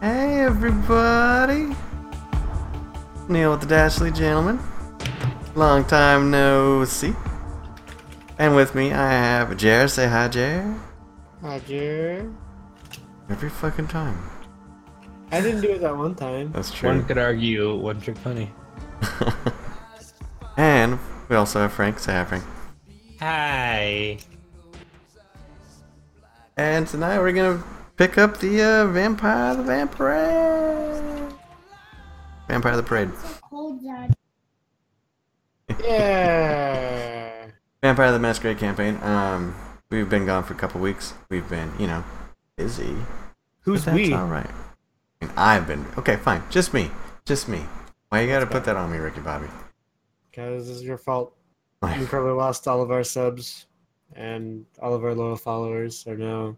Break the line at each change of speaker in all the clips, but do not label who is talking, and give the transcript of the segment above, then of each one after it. Hey, everybody. Neil with the Dashley Gentleman. Long time no see. And with me, I have Jer. Say hi, Jer.
Hi, Jer.
Every fucking time.
I didn't do it that one time.
That's
One
true.
could argue one trick pony.
and we also have Frank. Say hi, Frank.
Hi.
And tonight we're gonna pick up the uh, Vampire the Vampire. Vampire the Parade.
Yeah.
Vampire the Masquerade campaign. Um, we've been gone for a couple weeks. We've been, you know, busy.
Who's
That's
we?
all right. And I've been okay. Fine, just me, just me. Why you gotta put that on me, Ricky Bobby?
Because this is your fault. We
Like,
probably lost all of our subs and all of our loyal followers are now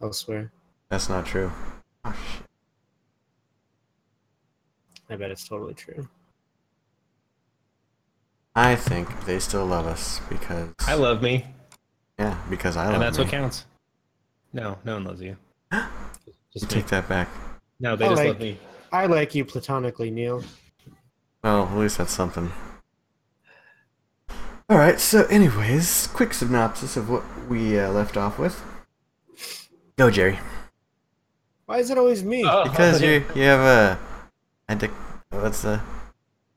elsewhere.
that's not true. Oh, shit.
I bet it's totally true.
I think they still love us because
I love me,
yeah, because I love.
and that's
me.
what counts. No, no one loves you.
You
Just me.
take that back.
No, they
I
just
Oh, like-
love me.
I like you platonically, Neil.
Well, at least that's something. All right. So, anyways, quick synopsis of what we uh, left off with. Go, Jerry.
Why is it always me?
Oh,
Because you you have a, a dic- what's a,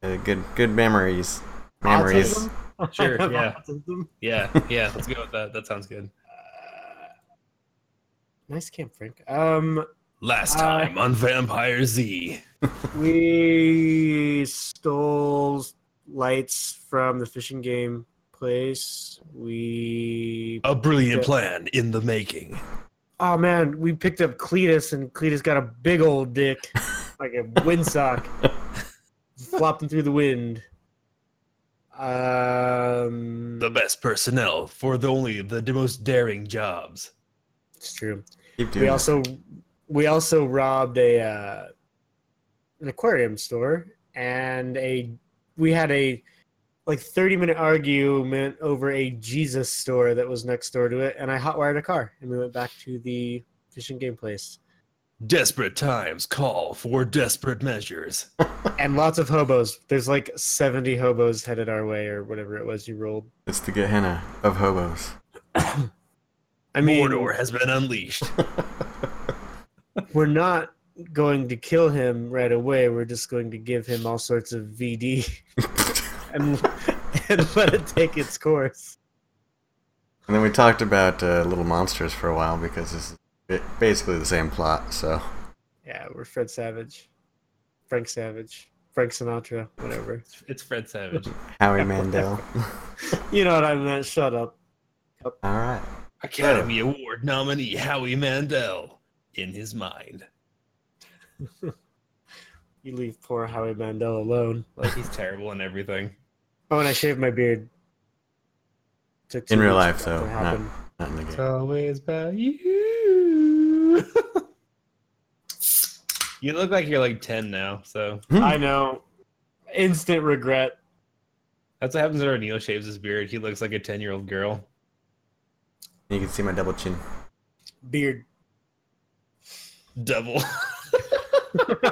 a good good memories memories.
Autism?
Sure,
I have
yeah.
autism?
yeah, yeah. Let's go with that. That sounds good.
Uh, Nice camp, Frank. Um,
Last
Uh,
time on Vampire Z.
We stole lights from the fishing game place. We
A brilliant
Yeah.
plan in the making.
oh man, we picked up Cletus, and Cletus got a big old dick, like a windsock, flopping through the wind. Um,
The best personnel for the only the most daring jobs.
it's true.
Keep doing
We
it.
also we also robbed a uh, an aquarium store and a we had a like 30 minute argument over a Jesus store that was next door to it and I hotwired a car and we went back to the fishing game place
Desperate times call for desperate measures.
and lots of hobos there's like 70 hobos headed our way or whatever it was you rolled
It's the Gehenna of hobos.
I mean
Mordor has been unleashed.
we're not going to kill him right away we're just going to give him all sorts of VD and, and let it take its course
And then we talked about uh, little monsters for a while because this is bi- basically the same plot. So
Yeah, we're Fred Savage, Frank Savage, Frank Sinatra, whatever.
it's Fred Savage.
Howie Mandel.
you know what I meant? Shut up.
All right.
Academy Award nominee Howie Mandel in his mind.
You leave poor Howie Mandel alone.
Like he's terrible in everything.
Oh, and I shaved my beard. Took
In
two
real
weeks
life,
for that
though,
to
not-
happen.
Not in the game.
always about you. you look like you're like ten now, so
I know. Instant regret.
that's what happens when O'Neill shaves his beard. He looks like a ten year old girl.
You can see my double chin.
Beard.
Devil.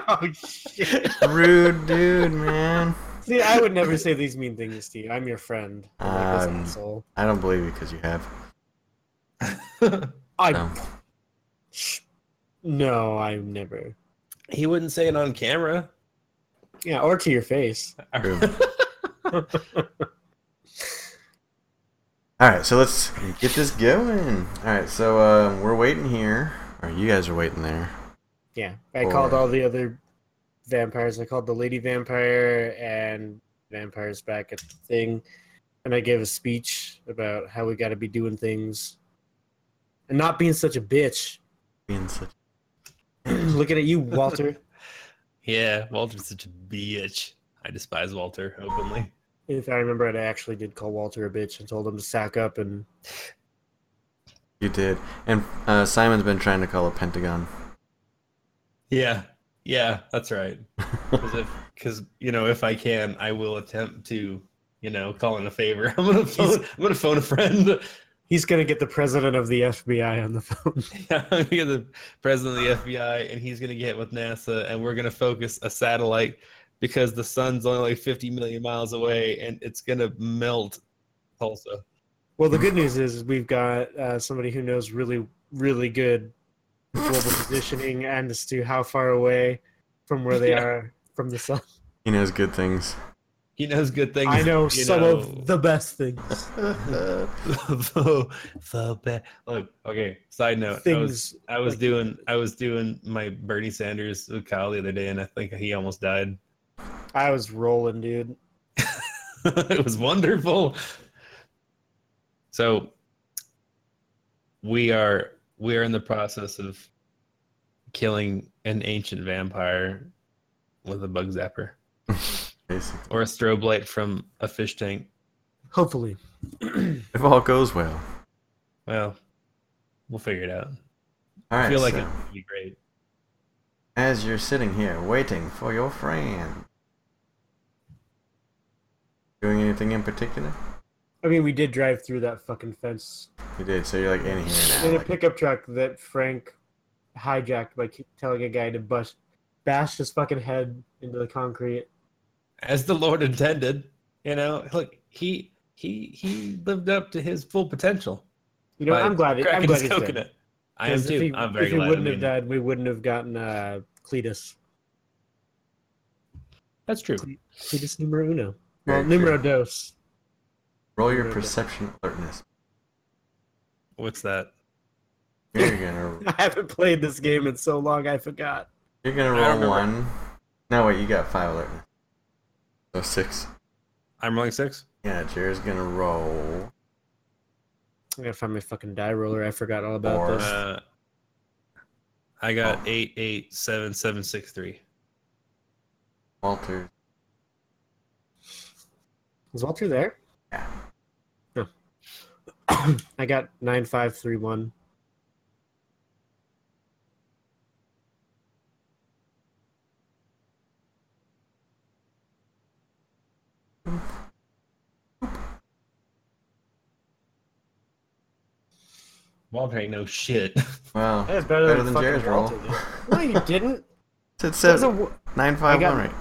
oh shit.
Rude dude, man.
See, I would never say these mean things to you. I'm your friend. I'm like this
Um,
asshole.
I don't believe you because you have.
I
No.
no, I never.
he wouldn't say it on camera.
Yeah, or to your face.
True. All right, so let's get this going. All right, so um, we're waiting here, or you guys are waiting there.
Yeah, I
Or-
called all the other vampires. I called the lady vampire and vampires back at the thing, and I gave a speech about how we got to be doing things and not being such a bitch.
Being such
Looking at you, Walter.
Yeah, Walter's such a bitch. I despise Walter openly.
if I remember it, I actually did call Walter a bitch and told him to sack up. And
you did, and uh, Simon's been trying to call a pentagon.
Yeah, yeah, that's right. Because you know, if I can, I will attempt to, you know, call in a favor. I'm gonna phone. I'm gonna phone a friend.
He's gonna get the president of the FBI on the phone.
Yeah, I'm gonna get the president of the FBI, and he's gonna get with NASA, and we're gonna focus a satellite because the sun's only like 50 million miles away, and it's gonna melt Tulsa.
Well, the good news is we've got uh, somebody who knows really, really good global positioning and as to how far away from where they
Yeah.
are from the sun.
He knows good things.
He knows good things.
I know
you
some
know.
of the best things.
the, the best. Look, okay. Side note: I was,
things.
I was
like-
doing I was doing my Bernie Sanders with Kyle the other day, and I think he almost died.
I was rolling, dude.
it was wonderful. So we are we are in the process of killing an ancient vampire with a bug zapper
Basically.
or a strobe light from a fish tank.
Hopefully,
If all goes well.
Well, we'll figure it out.
All right.
I feel like
so,
it would be great.
as you're sitting here waiting for your friend, doing anything in particular?
I mean, we did drive through that fucking fence
You did. So you're like in here now.
in a
like-
pickup truck that Frank hijacked by ke- telling a guy to bust, bash his fucking head into the concrete.
As the Lord intended, you know. Look, he he he lived up to his full potential.
You know,
by
what? I'm glad. I'm
cracking
glad
his
he's dead.
coconut. I am
Because
too.
If he,
I'm very
if he
glad. I
wouldn't
mean,
have died, we wouldn't have gotten uh, Cletus.
That's true.
Cletus numero uno.
Very
Well, numero
true.
dos.
Roll your
Numero dos.
perception alertness.
What's that?
You're gonna
I haven't played this game in so long, I forgot.
you're gonna
I don't
roll
remember.
one. No wait, you got five alertness. So six.
I'm rolling six.
Yeah, Jared's gonna roll.
I gotta find my fucking die roller. I forgot all about
Or-
this.
Uh, I got eight, eight, seven, seven, six, three.
Walter.
Is Walter there?
Yeah.
No. I got nine five three one.
Walter ain't no shit.
Wow.
That's better,
Better than Jared's roll.
no, you didn't.
It's
That was a
seven,
w-
nine five
I got-
one, right?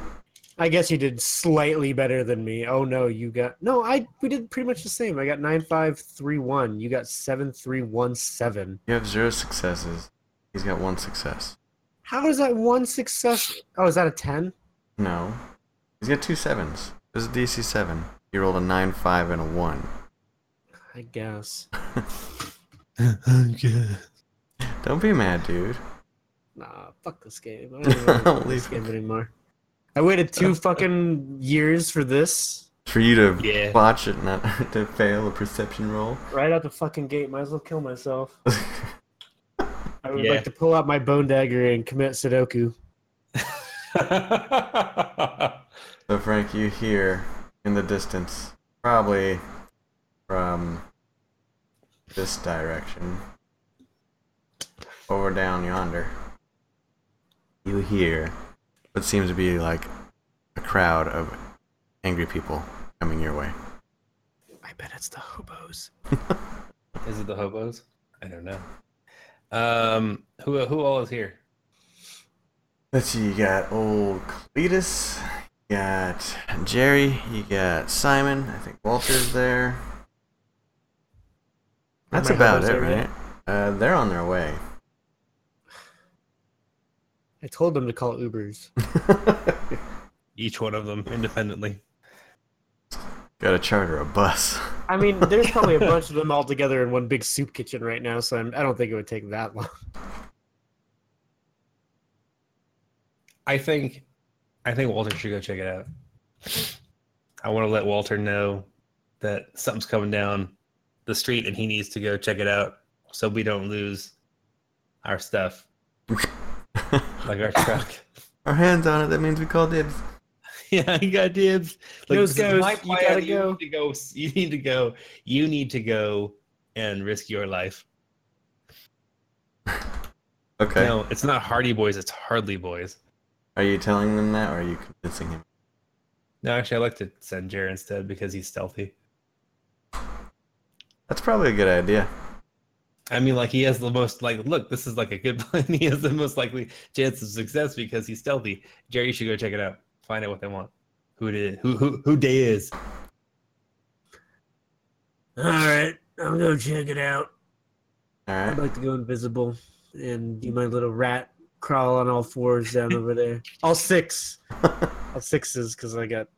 I guess you did slightly better than me. Oh no, you got no. I we did pretty much the same. I got nine five three one. You got seven three one seven.
You have zero successes. He's got one success.
How is that one success? Oh, is that a ten?
No. He's got two sevens. This is DC seven. He rolled a nine five and a one.
I guess.
Don't be mad, dude.
Nah, fuck this game. I don't even wanna play this
Leave
game anymore. I waited two fucking years for this.
For you to
Yeah.
watch it, not to fail a perception roll.
Right out the fucking gate. Might as well kill myself. I would
Yeah.
like to pull out my bone dagger and commit Sudoku.
So Frank, you hear in the distance, probably from this direction, over down yonder. You hear what seems to be like a crowd of angry people coming your way.
I bet it's the hobos.
is it the hobos? I don't know. Um, who who all is here?
Let's see, you got old Cletus, you got Jerry, you got Simon, I think Walter's there. That's
My
about
hobos
it,
are there.
right? Uh, they're on their way.
I told them to call Ubers.
Each one of them independently.
Gotta charter a bus.
I mean, there's probably a bunch of them all together in one big soup kitchen right now, so I'm, I don't think it would take that long.
I think, I think Walter should go check it out. I want to let Walter know that something's coming down the street, and he needs to go check it out so we don't lose our stuff, like our truck.
Our hands on it, that means we call dibs.
yeah, you got dibs. Like,
Nose
this is
goes,
my
you
plan,
gotta
you
go.
Need to go. You need to go. You need to go and risk your life.
Okay.
No, it's not Hardy Boys. It's Hardly Boys.
Are you telling them that or are you convincing him?
No, actually, I like to send Jer instead because he's stealthy.
That's probably a good idea.
I mean, like he has the most like look. This is like a good plan. He has the most likely chance of success because he's stealthy. Jerry, you should go check it out. Find out what they want. Who it is. Who who who day is.
All right, I'll go check it out.
All
I'd
right.
like to go invisible and do my little rat crawl on all fours down over there. All six. all sixes because I got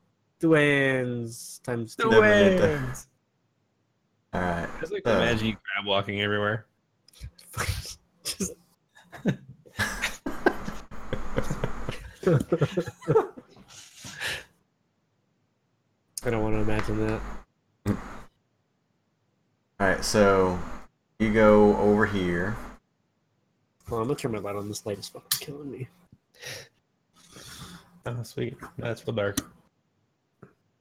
twins times two.
Never did that.
Twins.
All right.
I just like
Uh.
to imagine you crab walking everywhere.
Just I don't want to imagine that.
All right. So you go over here.
Well, I'm gonna turn my light on. This light is fucking killing me.
Oh sweet, that's the dark.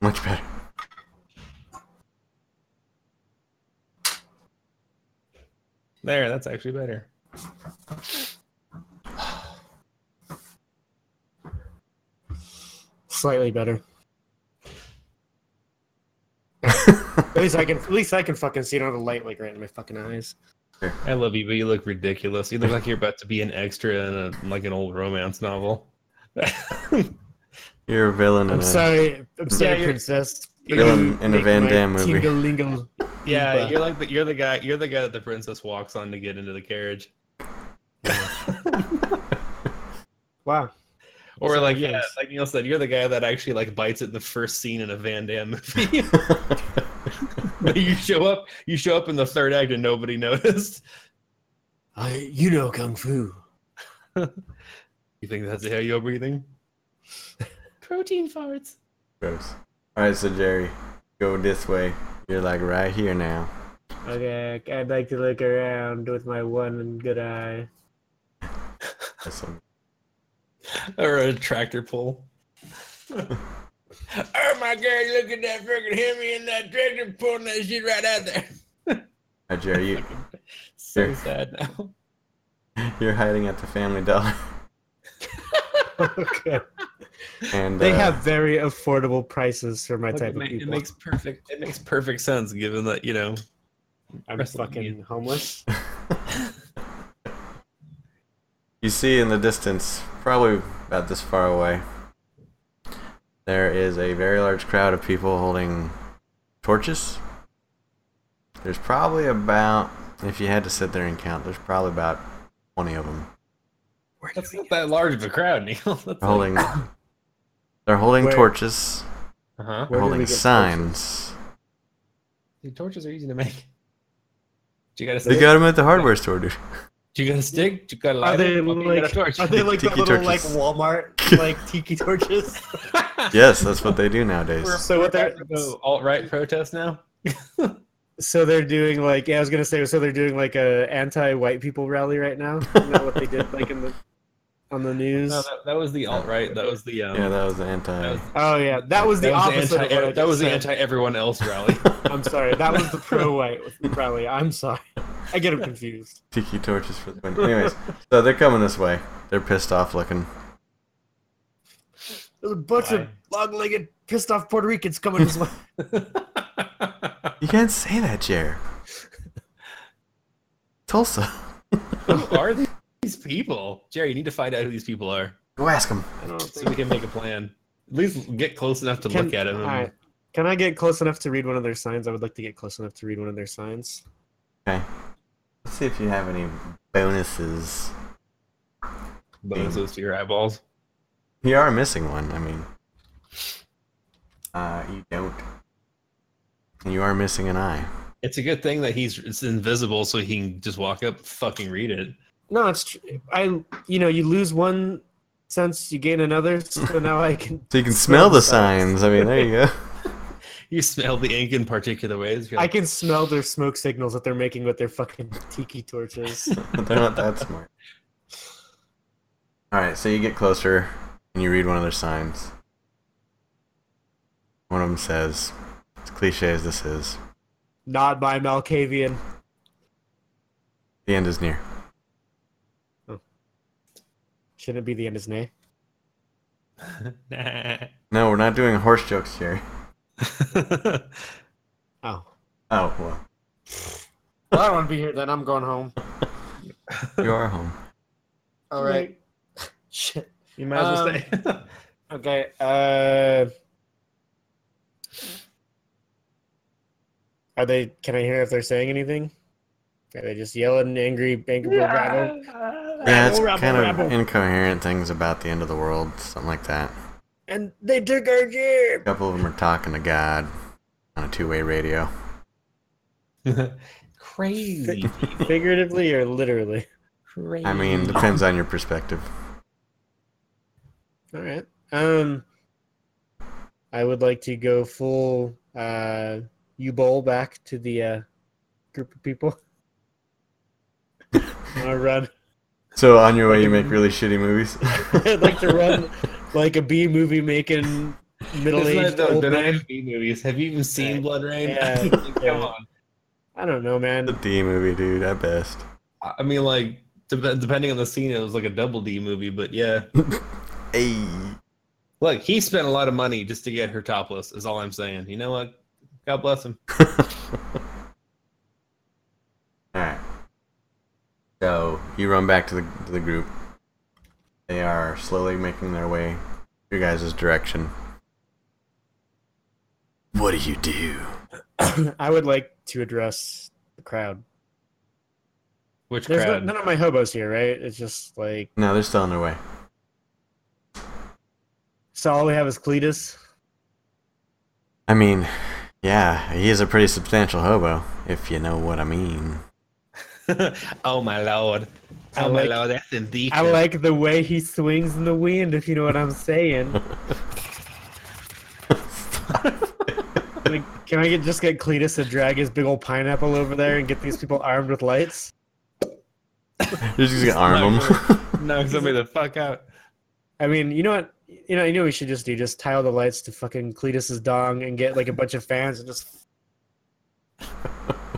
Much better.
There, that's actually better.
Slightly better. At least I can. At least I can fucking see. I don't have a light like right in my fucking eyes.
I love you, but you look ridiculous. You look like you're about to be an extra in a, like an old romance novel.
You're a villain in
I'm
a
sorry. I'm sorry,
you're-
princess.
Villain in a
Make
Van
my
Damme movie.
tingle-lingle.
yeah,
Bah.
you're like the, you're the guy you're the guy that the princess walks on to get into the carriage.
Wow.
Or
So,
like yeah,
yes.
like Neil said, you're the guy that actually like bites at the first scene in a Van Damme movie. you show up, you show up in the third act and nobody noticed.
I, you know kung fu.
You think that's how you're breathing? Protein farts.
Gross. All right. So Jerry, go this way. You're like right here now.
Okay, I'd like to look around with my one good eye.
That's some-
Or a tractor pull. oh my god, look at that freaking Hemi and that tractor pulling that shit right out there.
All right, Jerry, you,
so
Sure.
sad now.
you're hiding at the Family Dollar,
okay.
and
They
uh,
have very affordable prices for my
Look,
type
it,
of
ma- it
people.
makes perfect it makes perfect sense given that, you know,
I'm
wrestling
fucking
you.
homeless.
You see in the distance, probably about this far away, there is a very large crowd of people holding torches. There's probably about, if you had to sit there and count, there's probably about 20 of them
that's not that large of a crowd, Neil. That's like-
They're holding. They're holding
Where-
torches. They're
Where
uh-huh.
do we
holding
get torches?
signs.
The torches are easy to make. Do you got a
They
stick?
got them at the hardware store, dude.
Do you got a stick? Do you got a lighter?
Are they
Okay, you got a
like-
torch.
Are they like the
Tiki
little like
torches.
Walmart like tiki torches?
Yes, that's what they do nowadays.
We're-
So what
we're
they're-
about to go alt-right protest now?
so they're doing like yeah, I was gonna say so they're doing like a anti-white people rally right now. Isn't that what they did like in the on the news?
No, that, that was the alt-right. That was the um,
Yeah, that was the anti.
that was,
oh yeah, that was the
that was
opposite.
the
of what I
anti, that
just
was the
said.
anti everyone else rally.
I'm sorry. That was the pro-white rally. I'm sorry. I get them confused.
tiki torches for the win. Anyways, so they're coming this way. They're pissed off looking.
There's a bunch of
Why?
long-legged, pissed-off Puerto Ricans coming this way.
You can't say that, Jer. Tulsa.
who are these people, Jerry? You need to find out who these people are
Go ask him.
I don't
so we can make a plan. At least get close enough to
Can-
look at them.
all right. Can I get close enough to read one of their signs? I would like to get close enough to read one of their signs.
Let's see if you have any bonuses.
Bonuses to your eyeballs.
You are missing one. I mean, uh, you don't. You are missing an eye.
It's a good thing that he's it's invisible, so he can just walk up, fucking read it.
No, it's tr- I. You know, you lose one sense, you gain another. So now I can.
So you can smell the signs. I mean, there you go.
You smell the ink in particular ways. You're
I
like,
can smell their smoke signals that they're making with their fucking tiki torches.
They're not that smart. All right, so you get closer and you read one of their signs. One of them says, as cliche as this is,
Not by Malkavian.
the end is near.
Shouldn't it be the end is nay?
No, we're not doing horse jokes here.
nah.
Oh,
Oh, well.
Well, I don't want to be here then. I'm going home.
You are home.
All right. Shit.
You might as well
Um,
stay.
Okay.
Uh, are they? Can I hear if they're saying anything? Are they just yelling, angry, angry rabble?
Yeah, it's
Rabble, rabble,
kind of
rabble.
incoherent things about the end of the world, something like that.
And they took our
A
ship.
couple of them are talking to God on a two-way radio.
Crazy. people.
Figuratively or literally?
Crazy.
I mean, depends on your perspective.
All right. Um, I would like to go full uh U bowl back to the uh group of people. I wanna run.
So on your way, you make really shitty movies.
I'd like to run like a B movie making middle
Isn't
aged
that the-
old
the
man.
B movies? Have you even seen
Right.
Blood Rain?
Yeah,
Like,
yeah.
Come on.
I don't know, man.
the D movie, dude, at best.
I I mean, like, dep depending on the scene, it was like a double D movie, but yeah.
Hey,
Look, he spent a lot of money just to get her topless, is all I'm saying. You know what? God bless him.
all right. So you run back to the to the group. They are slowly making their way your guys' direction. What do you do?
I would like to address the crowd.
Which
There's no,
crowd?
none of my hobos here, right? It's just like
No, they're still on their way.
so all we have is Cletus.
I mean, yeah, he is a pretty substantial hobo, if you know what I mean.
oh my lord.
I
Oh my
like-
lord, that's indeed.
I like the way he swings in the wind, if you know what I'm saying. Like, can I get, just get Cletus to drag his big old pineapple over there and get these people armed with lights?
You're just gonna arm him.
Knock somebody the fuck out.
I mean, you know what? You know, you know, what we should just do just tie all the lights to fucking Cletus's dong and get like a bunch of fans and just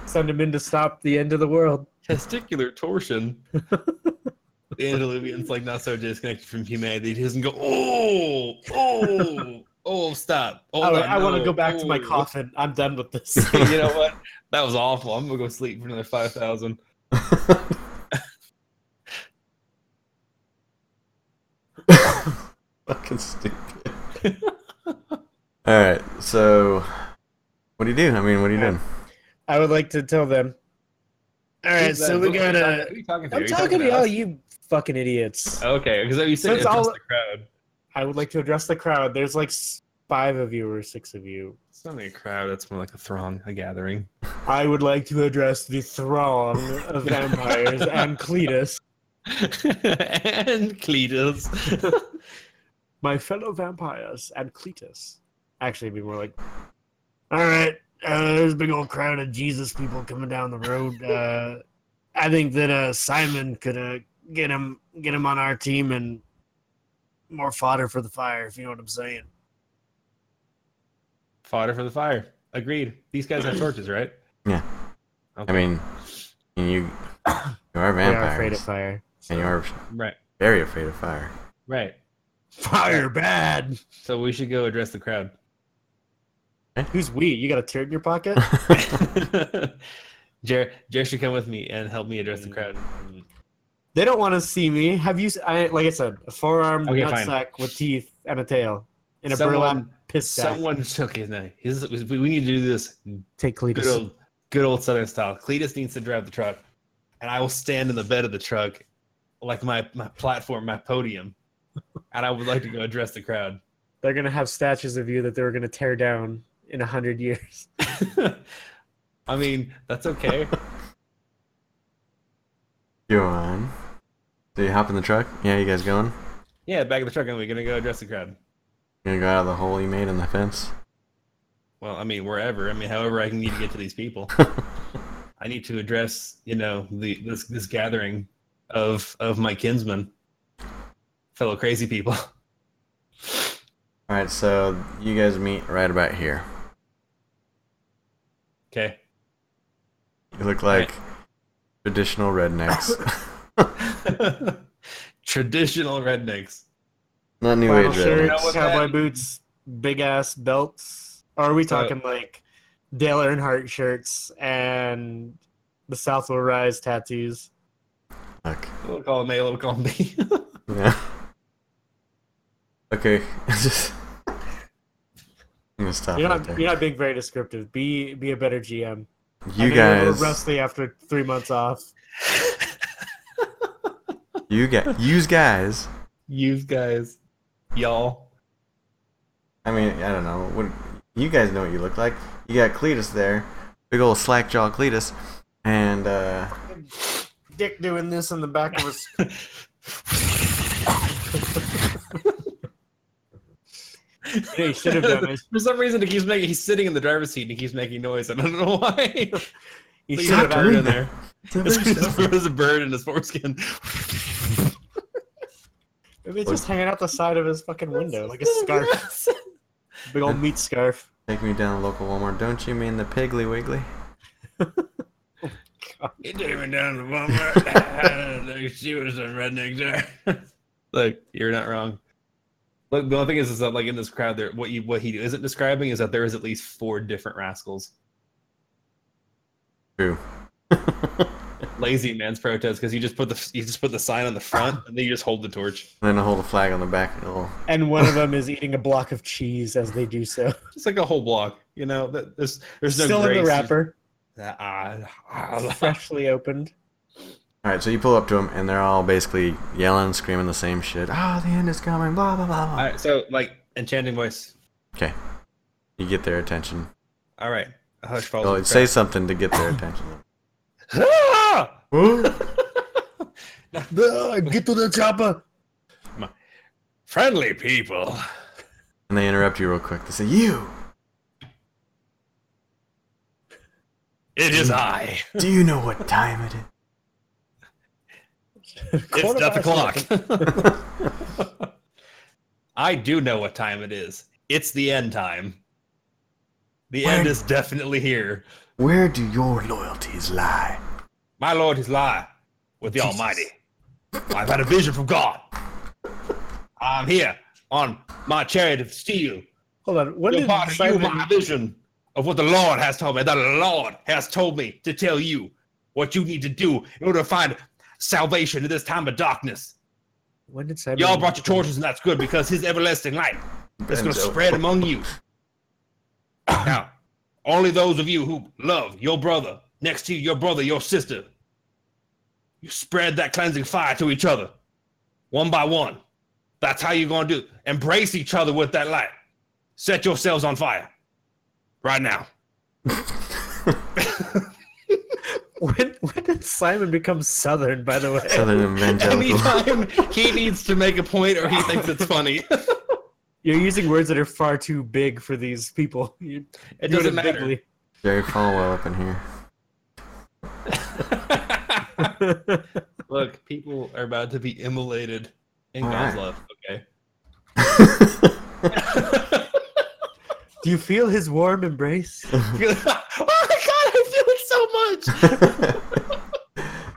send him in to stop the end of the world.
Testicular torsion. the Andaluvian's like not so disconnected from humanity. He doesn't go, oh, oh, oh, stop. Oh,
I, I want to go back to my
coffee.
coffin. I'm done with this.
you know what? That was awful. I'm gonna go sleep for another five thousand.
Fucking stupid. All right, so what do you do? I mean, what are you doing?
I would like to tell them. All right, so we're gonna.
Who are you talking to? Are
I'm
you
talking to y'all,
us?
you fucking idiots.
Okay, because you said
Since
it's all
all-
the crowd.
I would like to address the crowd. There's like s- five of you or six of you.
It's not like a crowd. It's more like a throng, a gathering.
I would like to address the throng of vampires and Cletus,
and Cletus.
my fellow vampires and Cletus. Actually, it'd be more like, all right, uh, there's a big old crowd of Jesus people coming down the road. Uh, I think that uh, Simon could uh, get him get him on our team and more fodder for the fire, if you know what I'm saying.
Fodder for the fire. Agreed. These guys have torches, right?
Yeah. I
Okay.
mean, you you are
We are afraid of
vampires,
fire.
and you are
right,
very afraid of fire.
right.
Fire bad.
So we should go address the crowd.
Who's we? You got a tear in your pocket?
Jer, Jer should come with me and help me address the crowd.
They don't want to see me. Have you? s- I like I said, a forearmed
Okay, fine.
nutsack with teeth and a tail in a
Someone-
burlap piss sack.
Someone took his name. His, we we need to do this
Take
good
Cletus.
old, good old Southern style. Cletus needs to drive the truck, and I will stand in the bed of the truck, like my my platform, my podium, and I would like to go address the crowd.
They're gonna have statues of you that they were gonna tear down in a hundred years.
I mean, that's okay.
You're on. So you hop in the truck. Yeah, you guys going?
Yeah, back of the truck, and we're gonna go address the crowd.
You gonna go out of the hole you made in the fence?
Well, I mean, wherever. I mean, however I can need to get to these people. I need to address, you know, the this this gathering of of my kinsmen, fellow crazy people.
All right, so you guys meet right about here.
Okay.
You look like traditional rednecks,
Traditional rednecks.
not new
Flannel
age rednecks.
You know
shirts,
what
cowboy
that-
boots, big ass belts. Or are we talking like Dale Earnhardt shirts and the South Will Rise tattoos.
Fuck.
Little column A, little column B.
Yeah. Okay. Just. I'm gonna stop
You're
right
not
there.
you're not being very descriptive. Be be a better GM. I
You
know you're a little
guys,
rusty after three months off.
you guys, you guys.
you guys, y'all.
I mean, I don't know. What you guys know what you look like. You got Cletus there, big old slack jaw Cletus, and uh,
Dick doing this in the back of his.
They should have done it.
For some reason, he keeps making. He's sitting in the driver's seat and he keeps making noise. I don't know why.
You
He's
should have
got a bird
done
in
it.
there. There's a bird in his foreskin.
Maybe it's just hanging out the side of his fucking window like a scarf, big old meat scarf.
take me down to local Walmart. Don't you mean the Piggly Wiggly?
He took me down to Walmart. she was a redneck there. Look, you're not wrong. Look, the only thing is, is that like in this crowd, there what you what he isn't describing is that there is at least four different rascals.
True.
Lazy man's protest because you just put the you just put the sign on the front and then you just hold the torch,
And then I hold a flag on the back. And it'll,
And one of them is eating a block of cheese as they do so.
just like a whole block. You know, that there's there's no
Still
grace.
in the wrapper,
Ah, ah, ah.
freshly opened.
all right, so you pull up to them, and they're all basically yelling, screaming the same shit. Ah, the end is coming. Blah blah blah. blah.
All right, so like enchanting voice.
You get their attention.
All right, a hush falls.
Oh,
on the
say something to get their attention.
crowd. Ah!
Uh, Get to the chopper.
Friendly people.
and they interrupt you real quick. They say, "You,
It is I.
do you know what time it is?"
It's not the clock. I do know what time it is. It's the end time. The end
Where-
is definitely here.
Where do your loyalties lie?
My Lord is lie with the Almighty. I've had a vision from God. I'm here on my chariot of steel.
Hold on. What
Your
did
body, you
Simon?
my vision of what the Lord has told me. The Lord has told me to tell you what you need to do in order to find salvation in this time of darkness.
When did Simon?
Y'all brought your torches, and that's good because His everlasting light is going to spread among you. Now, only those of you who love your brother next to you, your brother, your sister, you spread that cleansing fire to each other, one by one. That's how you're going to do. Embrace each other with that light. Set yourselves on fire right now.
When, when did Simon become Southern? By the way,
Southern evangelical.
Anytime he needs to make a point or he thinks it's funny,
you're using words that are far too big for these people. You're
it
doing
doesn't matter.
bigly.
Jerry Falwell up in here.
Look, people are about to be immolated in
All
God's
right.
love. Okay.
Do you feel his warm embrace?
You're like, oh my god, I feel it so much.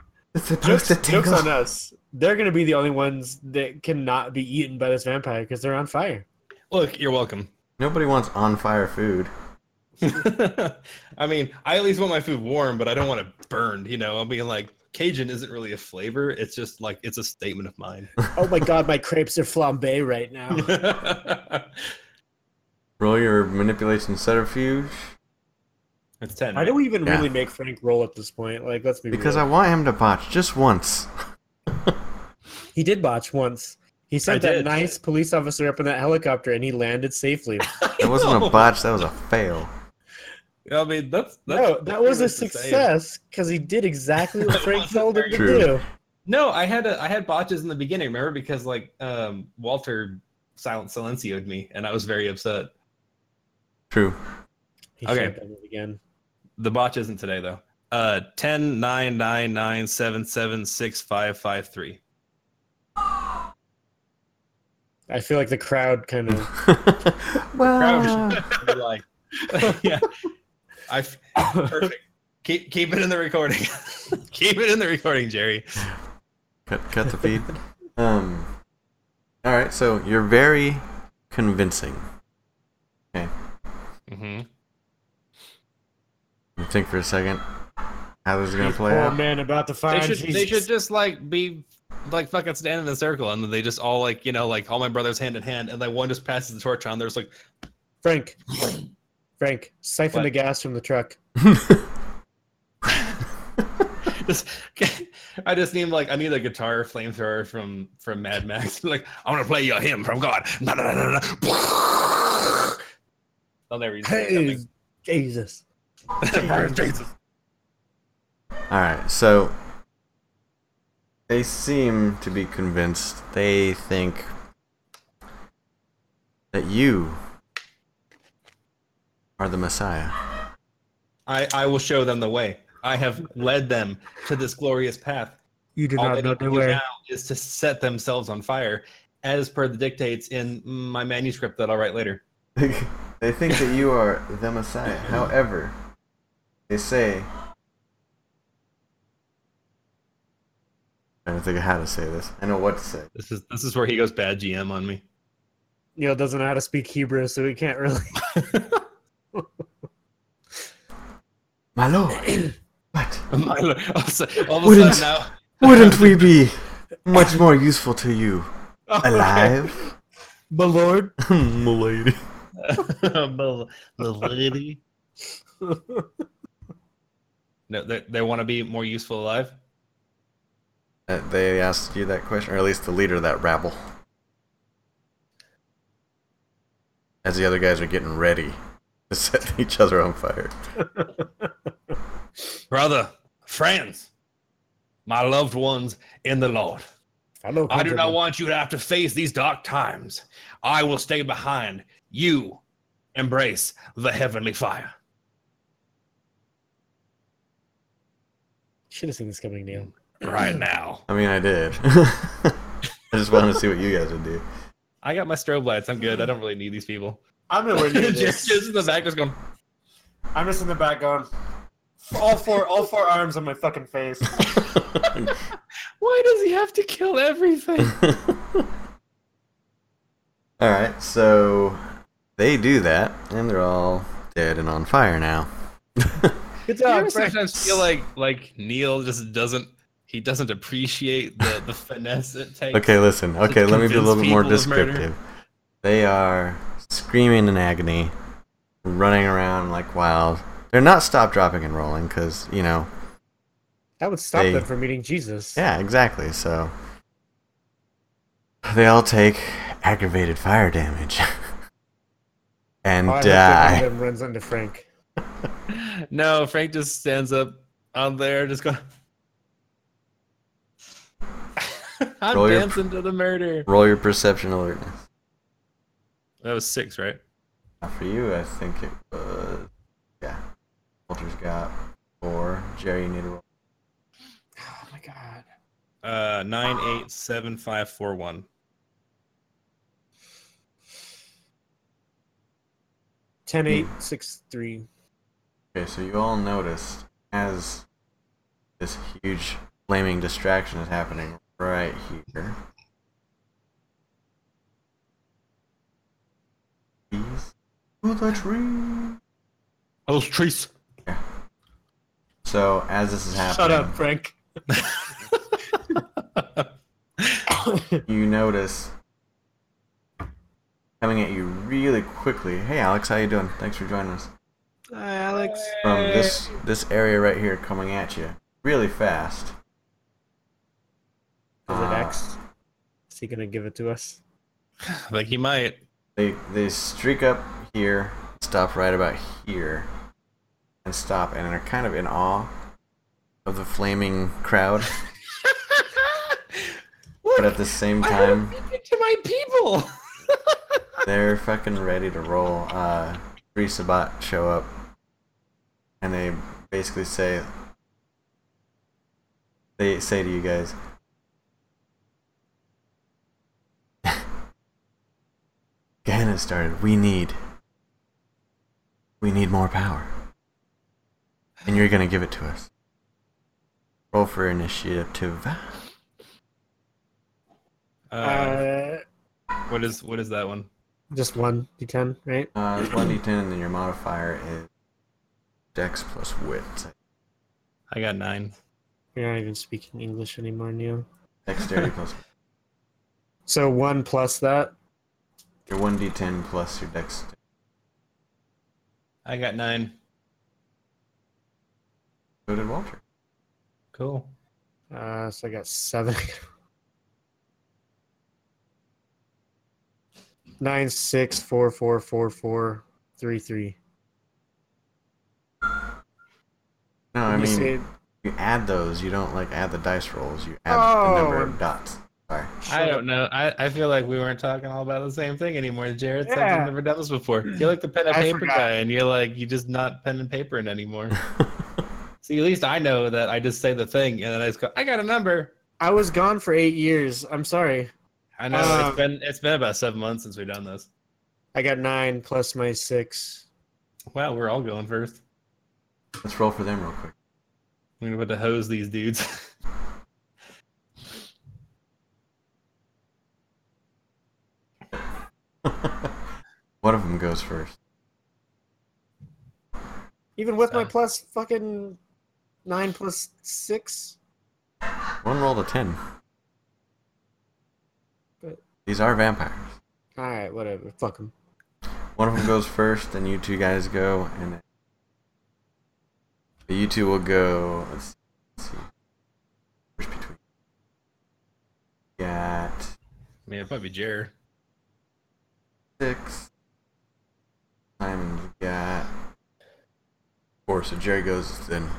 it's supposed
jokes,
to
jokes
tingle.
on us. They're gonna be the only ones that cannot be eaten by this vampire because they're on fire.
Look, you're welcome.
Nobody wants on fire food.
I mean, I at least want my food warm, but I don't want it burned. You know, I'm being like Cajun isn't really a flavor. It's just like it's a statement of mine.
Oh my god, my crepes are flambé right now.
Roll your manipulation subterfuge
it's ten.
Why do we even
Yeah.
really make Frank roll at this point? Like, let's be
because I
real.
want him to botch just once.
he did botch once. He sent that
did.
nice police officer up in that helicopter, and he landed safely.
That wasn't a botch. That was a fail.
I mean, that's, that's
no, that was a
that's insane.
success because he did exactly what
That
Frank
was a
told him
very
to
True.
do.
No, I had a, I had botches in the beginning. Remember, because like um, Walter silent silencioed me, and I was very upset.
True.
He
Okay.
should've done it again.
The botch isn't today though. Uh, ten nine nine nine seven seven six five five three.
I feel like the crowd kind of.
well,
like, yeah, I f- perfect. Keep keep it in the recording. keep it in the recording, Jerry.
cut, cut the feed. Um. All right. So you're very convincing.
Mm-hmm.
think for a second how this is gonna play
Poor
out.
man about to
They
find
should
Ah, Jesus.
they should just like be like fucking stand in a circle and then they just all like you know like all my brothers hand in hand and then one just passes the torch on. There's like
Frank. Frank, siphon
What?
the gas from the truck.
just I just need like I need a guitar flamethrower from from Mad Max. like I want to play you a hymn from God. Na, na, na, na, na. They'll never use
Hey,
that.
Jesus.
All right, so they seem to be convinced. They think that you are the Messiah.
I I will show them the way. I have led them to this glorious path.
You do
all
not
they
know
need
the
to do
way.
now is to set themselves on fire, as per the dictates in my manuscript that I'll write later.
they think that you are the Messiah. However, they say. I don't think of how to say this. I know what to say.
This is this is where he goes bad GM on me.
Neil doesn't know how to speak Hebrew, so he can't really.
My lord, what?
My lo- all of a sudden all of a
Wouldn't-
sudden now,
Wouldn't we be much more useful to you alive,
But Lord,
milady?
the, the lady. No, they, they want to be more useful alive.
Uh, they asked you that question, or at least the leader of that rabble. As the other guys are getting ready to set each other on fire.
Brother, friends, my loved ones in the Lord.
Hello,
I do not
countrymen.
want you to have to face these dark times. I will stay behind. You embrace the heavenly fire.
Should have seen this coming, Neil.
Right now.
I mean, I did. I just wanted to see what you guys would do.
I got my strobe lights. I'm good. I don't really need these people.
I'm nowhere near
just,
this.
just in the back, just going.
I'm just in the back going. All four, all four arms on my fucking face.
Why does he have to kill everything?
all right, so they do that, and they're all dead and on fire now.
Good
Do you ever
job, Frank.
sometimes feel like like Neil just doesn't he doesn't appreciate the the finesse it takes.
Okay, listen. Okay, let me be a
convince
little bit more
people of murder.
descriptive. They are screaming in agony, running around like wild. They're not stop dropping and rolling because you know.
That would stop
Hey.
them from meeting Jesus. Oh,
Yeah, exactly. So they all take aggravated fire damage and
Oh, I hope that one of
die.
them runs into Frank.
No, Frank just stands up on there, just going. I'm
Roll your-
dancing to the murder.
Roll your perception alertness.
That was six, right?
For you, I think it was. Yeah, Walter's got four. Jerry, you need to roll.
Oh my god.
Uh, nine, eight, seven, five, four, one.
Ten, eight, six, three.
Okay, so you all noticed as this huge flaming distraction is happening right here. Trees. Ooh, the tree.
Those trees.
So as this is
Shut
happening,
up, Frank.
Um, you notice coming at you really quickly. Hey, Alex, how you doing? Thanks for joining us.
Hi, Alex.
From this this area right here, coming at you really fast.
Is it
Uh,
X? Is he gonna give it to us?
I think he might.
They they streak up here, stop right about here, and stop, and are kind of in awe of the flaming crowd. but at the same time,
to my people.
they're fucking ready to roll. Uh, three Sabat show up, and they basically say, they say to you guys, Gehenna started. We need, we need more power, and you're gonna give it to us. Roll for initiative.
Uh,
Uh,
what is what is that one?
just one d10, right?
Uh, it's one d10, and then your modifier is Dex plus wit.
I got nine.
You're not even speaking English anymore, Neil.
Dexterity plus
So one plus that.
your one d10 plus your dex.
I got nine.
So did Walter.
Cool.
Uh, so I got seven. Nine six four four four four three three.
No, I
You
mean
say-
you add those. You don't like add the dice rolls. You add
Oh.
the number of dots. Sorry.
I don't know. I, I feel like we weren't talking all about the same thing anymore. Jared said
Yeah.
we've never done this before. You're like the pen and
I
paper
forgot.
guy, and you're like you just not pen and papering anymore. See, at least I know that I just say the thing, and then I just go, I got a number.
I was gone for eight years. I'm sorry.
I know
Um,
it's been it's been about seven months since we've done this.
I got nine plus my six.
Wow, we're all going first.
Let's roll for them real quick.
I'm about to hose these dudes.
One of them goes first.
Even with my
Uh.
plus fucking nine plus six.
One rolled a ten.
But-
These are vampires.
All right, whatever. Fuck them.
One of them goes first, and you two guys go, and then but you two will go. Let's, let's see. Which between? Got
I mean, it might be Jared.
six. Simon's got four. So Jerry goes then.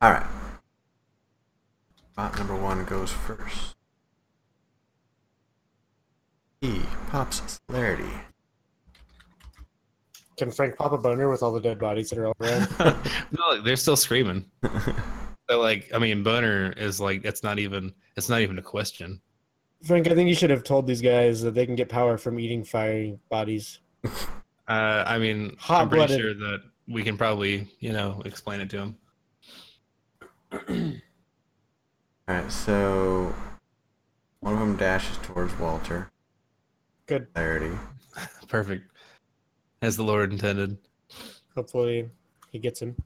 All right. Bot number one goes first. He E, pops celerity.
Can Frank pop a boner with all the dead bodies that are all around?
no, they're still screaming. They're like, I mean, Boner is like, it's not even, it's not even a question.
Frank, I think you should have told these guys that they can get power from eating fiery bodies.
Uh, I mean, I'm pretty
Hot-blooded.
sure that we can probably, you know, explain it to him.
Alright, so one of them dashes towards Walter.
Good.
Celerity.
Perfect, as the Lord intended.
Hopefully, he gets him.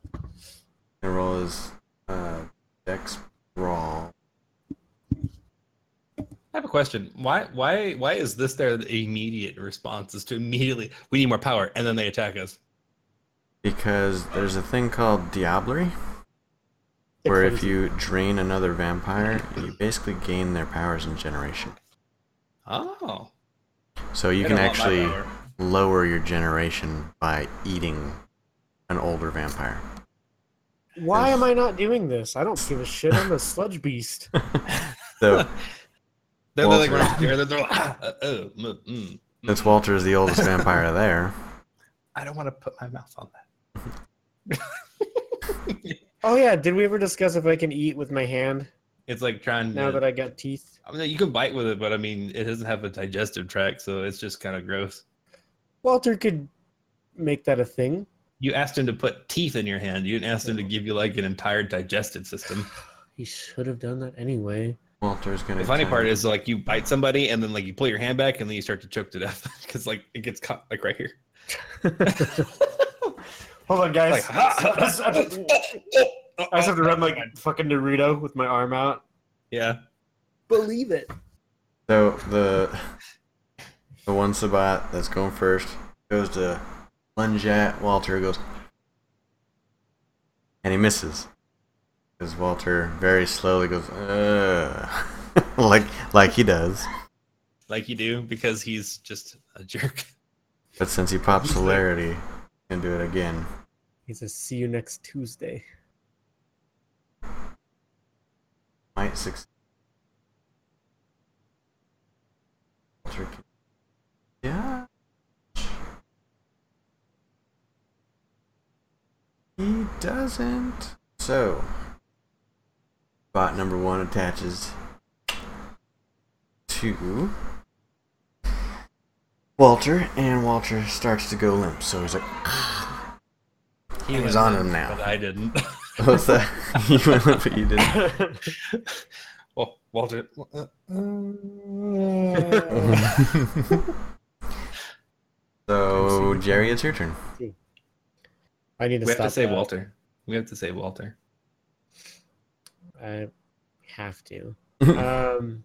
And roll his uh, dex brawl.
I have a question. Why, why, why is this their immediate response? Is to immediately we need more power, and then they attack us.
Because there's a thing called Diablerie, where if you drain another vampire, you basically gain their powers in generation.
Oh,
So you
they
can
don't want my
actually
power.
lower your generation by eating an older vampire.
Why am I not doing this? I don't give a shit. I'm a sludge beast.
So
They're, they're like,
Walter.
right there, they're, they're like, ah, uh, oh, mm, mm,
since
mm.
Walter is the oldest vampire there,
I don't want to put my mouth on that.
Oh yeah, did we ever discuss if I can eat with my hand
it's like trying
now
to
that I got teeth?
I mean, you can bite with it, but I mean, it doesn't have a digestive tract, so it's just kind of gross.
Walter could make that a thing.
You asked him to put teeth in your hand. You didn't ask him to give you like an entire digestive system.
He should have done that anyway.
Walter's gonna.
The funny
try-
part is like you bite somebody and then like you pull your hand back and then you start to choke to death because like it gets caught like right here.
Hold on, guys.
Like, ha, ha,
I just- I just- I just have to run like fucking Naruto with my arm out.
yeah.
Believe it.
So the the one Sabat that's going first goes to lunge at Walter. Goes and he misses. Because Walter very slowly goes, Ugh. like like he does.
Like you do because he's just a jerk.
But since he pops celerity, and do it again.
He says, "See you next Tuesday."
Might succeed. Walter can- Yeah. He doesn't. So, bot number one attaches to Walter, and Walter starts to go limp. So he's like,
He
He's
went
on
limp,
him now.
But I didn't.
"What's that?" you went limp, but you didn't.
well, Walter.
so Jerry, it's your turn.
I need Hmm. to
We have
stop.
to save
that.
Walter. We have to save Walter.
I have to. um,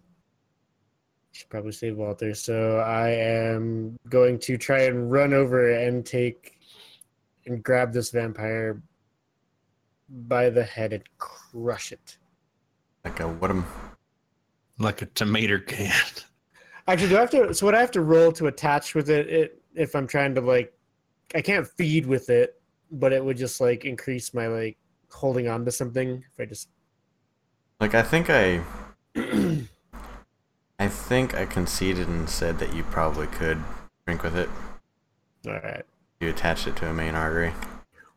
should probably save Walter. So I am going to try and run over and take and grab this vampire by the head and crush it.
Like a what? Am,
Like a tomato can.
Actually, do I have to? So would I have to roll to attach with it, it if I'm trying to like? I can't feed with it, but it would just like increase my like holding on to something if I just.
like I think I, I think I conceded and said that you probably could drink with it.
All right.
You attached it to a main artery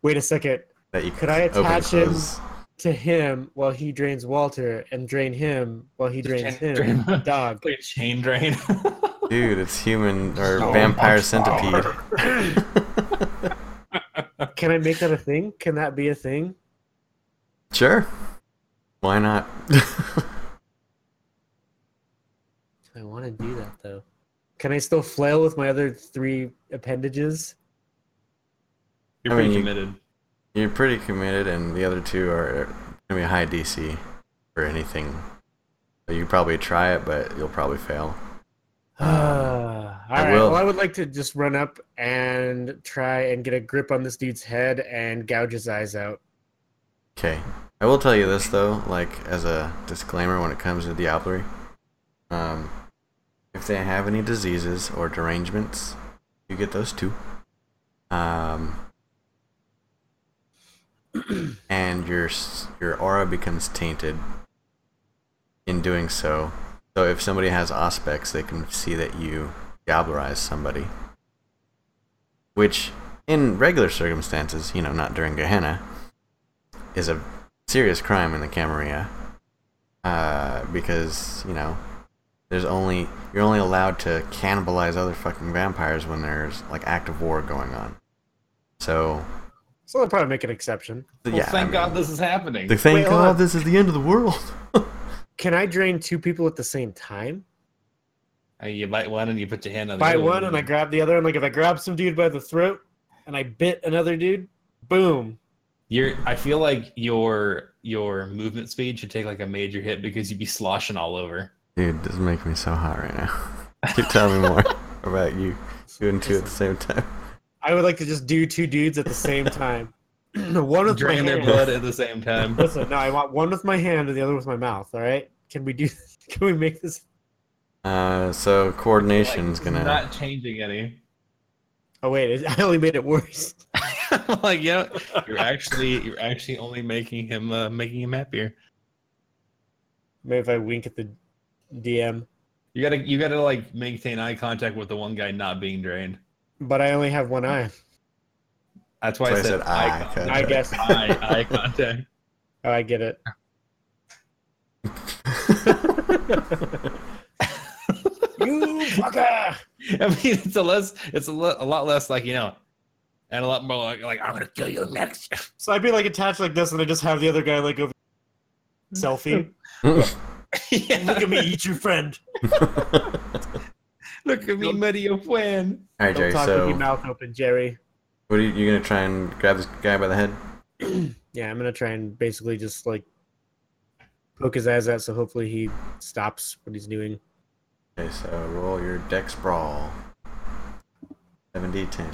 Wait a second.
that you
Could I
open and
attach him?
close.
to him while he drains Walter and drain him while he drains him. Dog.
Like a chain drain.
Dude, it's human or
So
vampire
much
centipede.
Can I make that a thing? Can that be a thing?
sure. Why not?
I want to do that though. Can I still flail with my other three appendages?
You're
I
pretty
mean, you-
committed.
You're pretty committed, and the other two are gonna be high DC for anything. So you could probably try it, but you'll probably fail.
Ah, All
I
right.
will.
Well, I would like to just run up and try and get a grip on this dude's head and gouge his eyes out.
Okay. I will tell you this though, like as a disclaimer when it comes to Diablery. Um if they have any diseases or derangements, you get those too. Um and your s- your aura becomes tainted in doing so. So if somebody has aspects, they can see that you diablerize somebody. Which in regular circumstances, you know, not during Gehenna, is a serious crime in the Camarilla, uh, because you know there's only you're only allowed to cannibalize other fucking vampires when there's like active war going on. So
So I'll probably make an exception.
th-
Well,
yeah,
thank
I mean,
God this is happening.
the- thank
Wait, hold
God
on.
this is the end of the world.
Can I drain two people at the same time?
Uh, you bite one and you put your hand on the
Bite
other
one and I grab the other one. Like if I grab some dude by the throat and I bit another dude, boom.
You're. I feel like your your movement speed should take like a major hit because you'd be sloshing all over.
Dude, this is making me so hot right now. Keep telling me more about you doing two at the same time.
I would like to just do two dudes at the same time. one with
Drain
my
their
hand.
blood at the same time.
Listen, no, I want one with my hand and the other with my mouth. All right? Can we do? Can we make this?
Uh, so coordination's
Like,
gonna.
not changing any.
Oh wait, I only made it worse.
like you know, you're actually you're actually only making him uh, making him happier.
Maybe if I wink at the DM,
You gotta you gotta like maintain eye contact with the one guy not being drained.
but I only have one eye.
That's why I said, eye contact.
I guess.
eye, eye contact.
Oh, I get it. You fucker!
I mean, it's a less, it's a, le- a lot less like you know, and a lot more like, like I'm gonna kill you next.
So I'd be like attached like this, and I just have the other guy like over selfie.
yeah,
Look at me, eat your friend.
look at me, Mario Juan.
All right,
Don't
Jerry.
talk with your
So,
mouth open, Jerry.
what are you, you gonna try and grab this guy by the head?
Yeah, I'm gonna try and basically just like poke his eyes out, so hopefully he stops what he's doing.
Okay, so roll your dex brawl. 7d10.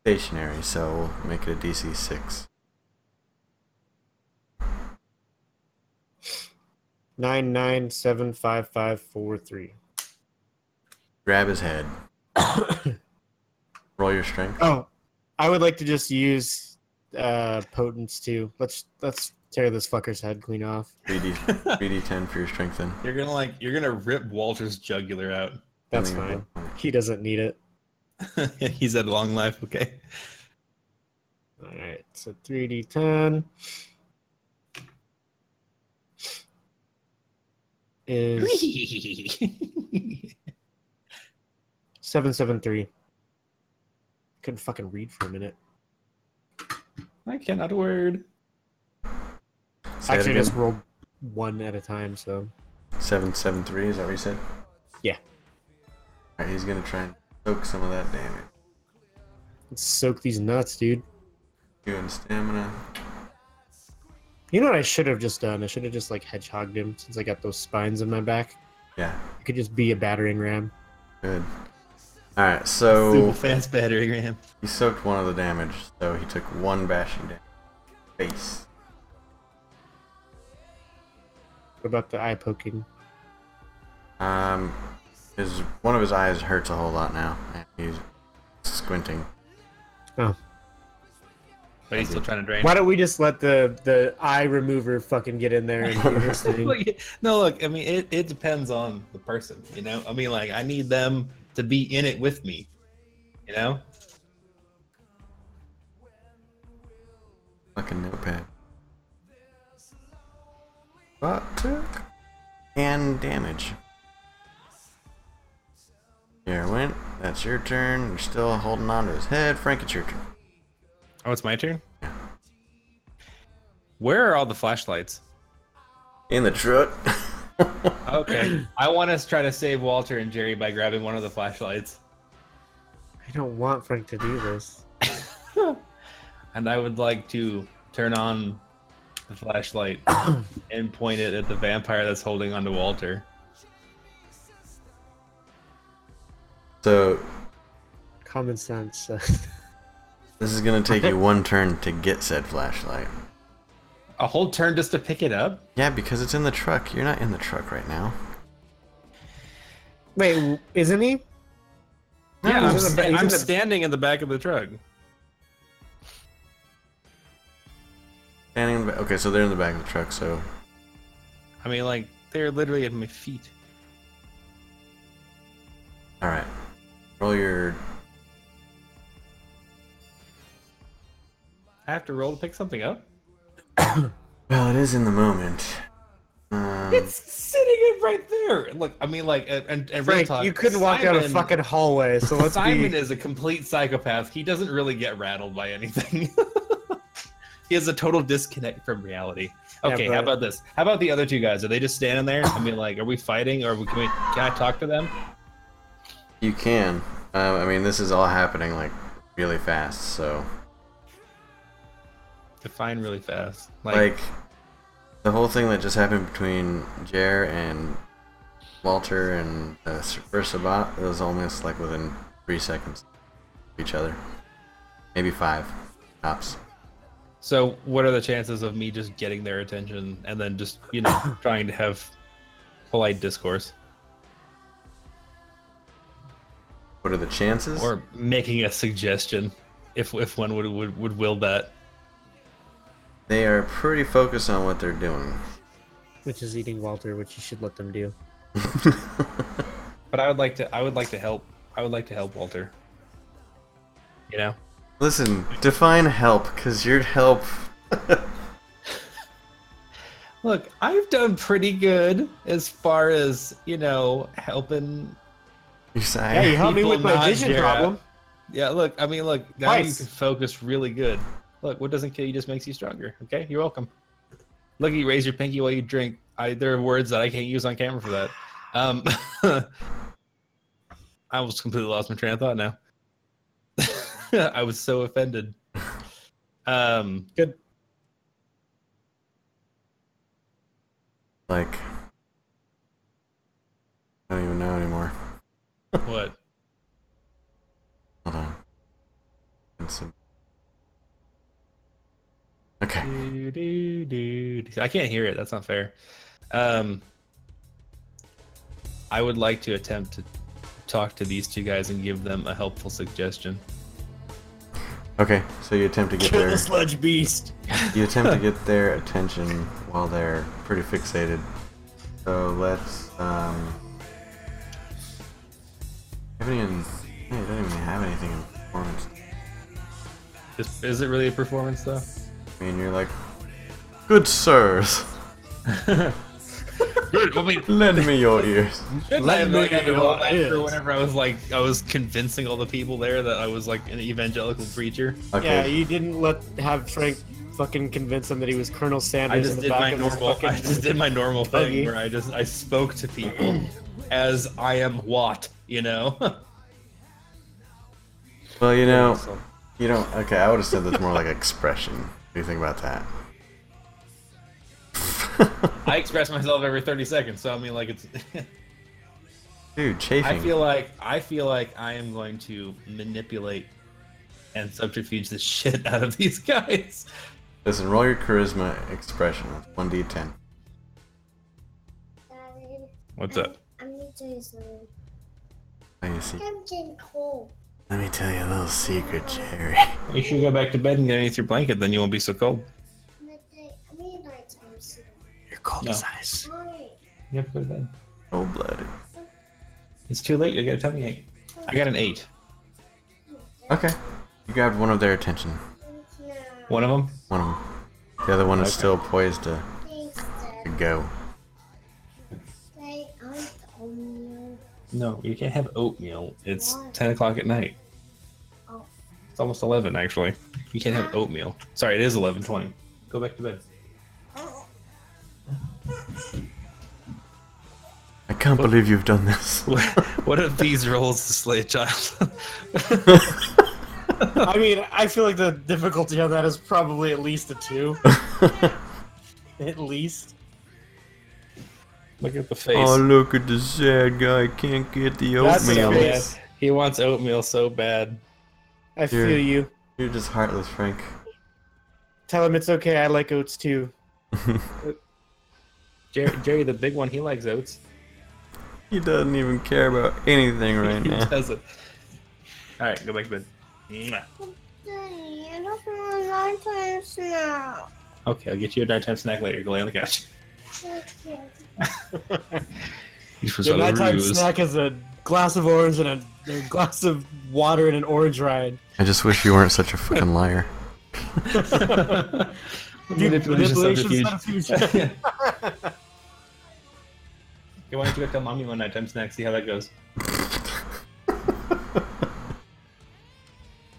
Stationary, so we'll make it a DC 6.
Nine nine seven five five four three.
Grab his head. roll your strength.
Oh, I would like to just use uh potence too. Let's let's tear this fucker's head clean off.
3D, 3d10 for your strength then.
You're gonna like, you're gonna rip Walter's jugular out.
That's
Depending
fine.
on what-
He doesn't need it.
He's had a long life. Okay.
All right, so three d ten is 773. Couldn't fucking read for a minute.
I cannot word.
Say
Actually, I
Actually,
just rolled one at a time, so.
seven seven three. Is that what you said?
Yeah.
All right, he's gonna try and soak some of that damage.
Let's soak these nuts, dude.
Doing stamina.
You know what I should have just done? I should have just like hedgehogged him since I got those spines in my back.
Yeah,
I could just be a battering ram.
good. All right, so
Super fast battery ram.
he soaked one of the damage, so he took one bashing damage. Face.
What about the eye poking?
Um, his one of his eyes hurts a whole lot now. and He's squinting.
But he's still trying to drain.
Oh, Why don't we just let the the eye remover fucking get in there and do this thing?
Like, no, look, I mean, it, it depends on the person, you know? I mean, like, I need them to be in it with me, you know?
Fucking notepad. But took and damage. Here went. That's your turn. You're still holding on to his head. Frank, it's your turn.
Oh, it's my turn? Where are all the flashlights?
In the truck.
Okay. I want us to try to save Walter and Jerry by grabbing one of the flashlights.
I don't want Frank to do this.
and I would like to turn on the flashlight and point it at the vampire that's holding onto Walter.
so
Common sense.
this is gonna take you one turn to get said flashlight.
A whole turn just to pick it up?
Yeah, because it's in the truck. You're not in the truck right now.
Wait, w- isn't he?
Yeah, I'm,
he's in the ba-
sta-
he's
I'm
in the-
standing in the back of the truck.
Standing. In the ba- okay, so they're in the back of the truck. So
I mean, like they're literally at my feet.
all right, roll your
I have to roll to pick something up.
Well, it is in the moment. Um,
It's sitting in right there. Look, I mean, like, and, and and real
Frank,
talk,
you couldn't walk down a
Simon-
fucking hallway, so let's
Simon
be.
is a complete psychopath. He doesn't really get rattled by anything. he has a total disconnect from reality.
Yeah,
Okay,
but-
how about this? How about the other two guys? Are they just standing there? I mean, like, are we fighting, or we, can we? Can I talk to them?
you can. Um, I mean, this is all happening like really fast. So,
Define really fast. Like,
like, the whole thing that just happened between Jer and Walter and uh, Sir Sabat it was almost like within three seconds of each other, maybe five tops.
so what are the chances of me just getting their attention and then just you know trying to have polite discourse?
What are the chances?
or making a suggestion if if one would would, would will that
They are pretty focused on what they're doing.
Which is eating Walter, which you should let them do.
but i would like to i would like to help i would like to help walter you know
Listen, define help, cause your help.
look i've done pretty good as far as you know helping
Your side.
Yeah, you helped me
People
with my
not
vision
dare.
problem.
yeah look i mean look now you
Nice.
can focus really good look what doesn't kill you just makes you stronger okay you're welcome look you raise your pinky while you drink i there are words that i can't use on camera for that um i was completely lost my train of thought now I was so offended. Um,
like I don't even know anymore.
what?
Hold on. It's a- Okay.
Do, do, do, do. I can't hear it. That's not fair. Um, I would like to attempt to talk to these two guys and give them a helpful suggestion.
Okay. So you attempt to get their
sludge beast.
you attempt to get their attention while they're pretty fixated. So let's um I haven't even I don't even have anything in performance.
Is, is it really a performance though?
I mean you're like Good sirs.
I mean,
Lend me your ears.
Let
me
me
know what it is.
whenever I was like, I was convincing all the people there that I was like an evangelical preacher.
Yeah,
Okay.
you didn't let have Frank fucking convince him that he was Colonel Sanders
I just
in the
did
back
my
of
normal.
his
I
fucking.
just did my normal
buggy.
thing where I just I spoke to people as I am what you know.
Well, you know,
So,
you don't. Okay, I would have said that's more like expression. What do you think about that?
I express myself every thirty seconds, so I mean, like it's.
Dude, chafing.
I feel like I feel like I am going to manipulate and subterfuge the shit out of these guys.
Listen, roll your charisma expression. One d ten.
Daddy,
What's
I- I need to use the-
Let me see.
I'm getting cold.
Let me tell you a little secret, Jerry.
You should go back to bed and get underneath your blanket, then you won't be so cold.
Midnight, I mean nighttime soon.
You're cold
No.
as ice.
Hi.
You have to go to bed.
Cold blooded.
It's too late. You got a tummy ache. I got an eight.
Okay. You grabbed one of their attention.
No,
One of them.
One of them. The other one is still poised to,
thanks,
to
Dad.
go.
They aren't on
No, you can't have oatmeal. It's
Why?
ten o'clock at night.
Oh.
It's almost eleven, actually. You can't have oatmeal. Sorry, it is eleven twenty. Go back to bed.
I can't believe you've done this.
What, what if these rolls to slay a child?
I mean,
I feel like the difficulty on that is probably at least a two.
at least.
Look at the face.
Oh, look at the sad guy. Can't get the
That's
So
oatmeal.
oatmeal.
bad. He wants oatmeal so bad.
I
Here.
feel you.
You're just heartless, Frank.
Tell him it's okay. I like oats too.
Jerry, Jerry the big one, he likes oats.
He doesn't even care about anything right
he
now.
doesn't. All right, go back to bed. Mwah.
Daddy, I don't want nighttime now.
Okay, I'll get you a nighttime snack later. Go lay on the couch.
Thank you.
This was
Your nighttime snack is a glass of orange and a, a glass of water and an orange rind.
I just wish you weren't such a fucking liar.
Manipulation, subterfuge.
subterfuge.
Okay, why don't you go tell mommy one nighttime snack, see how that goes?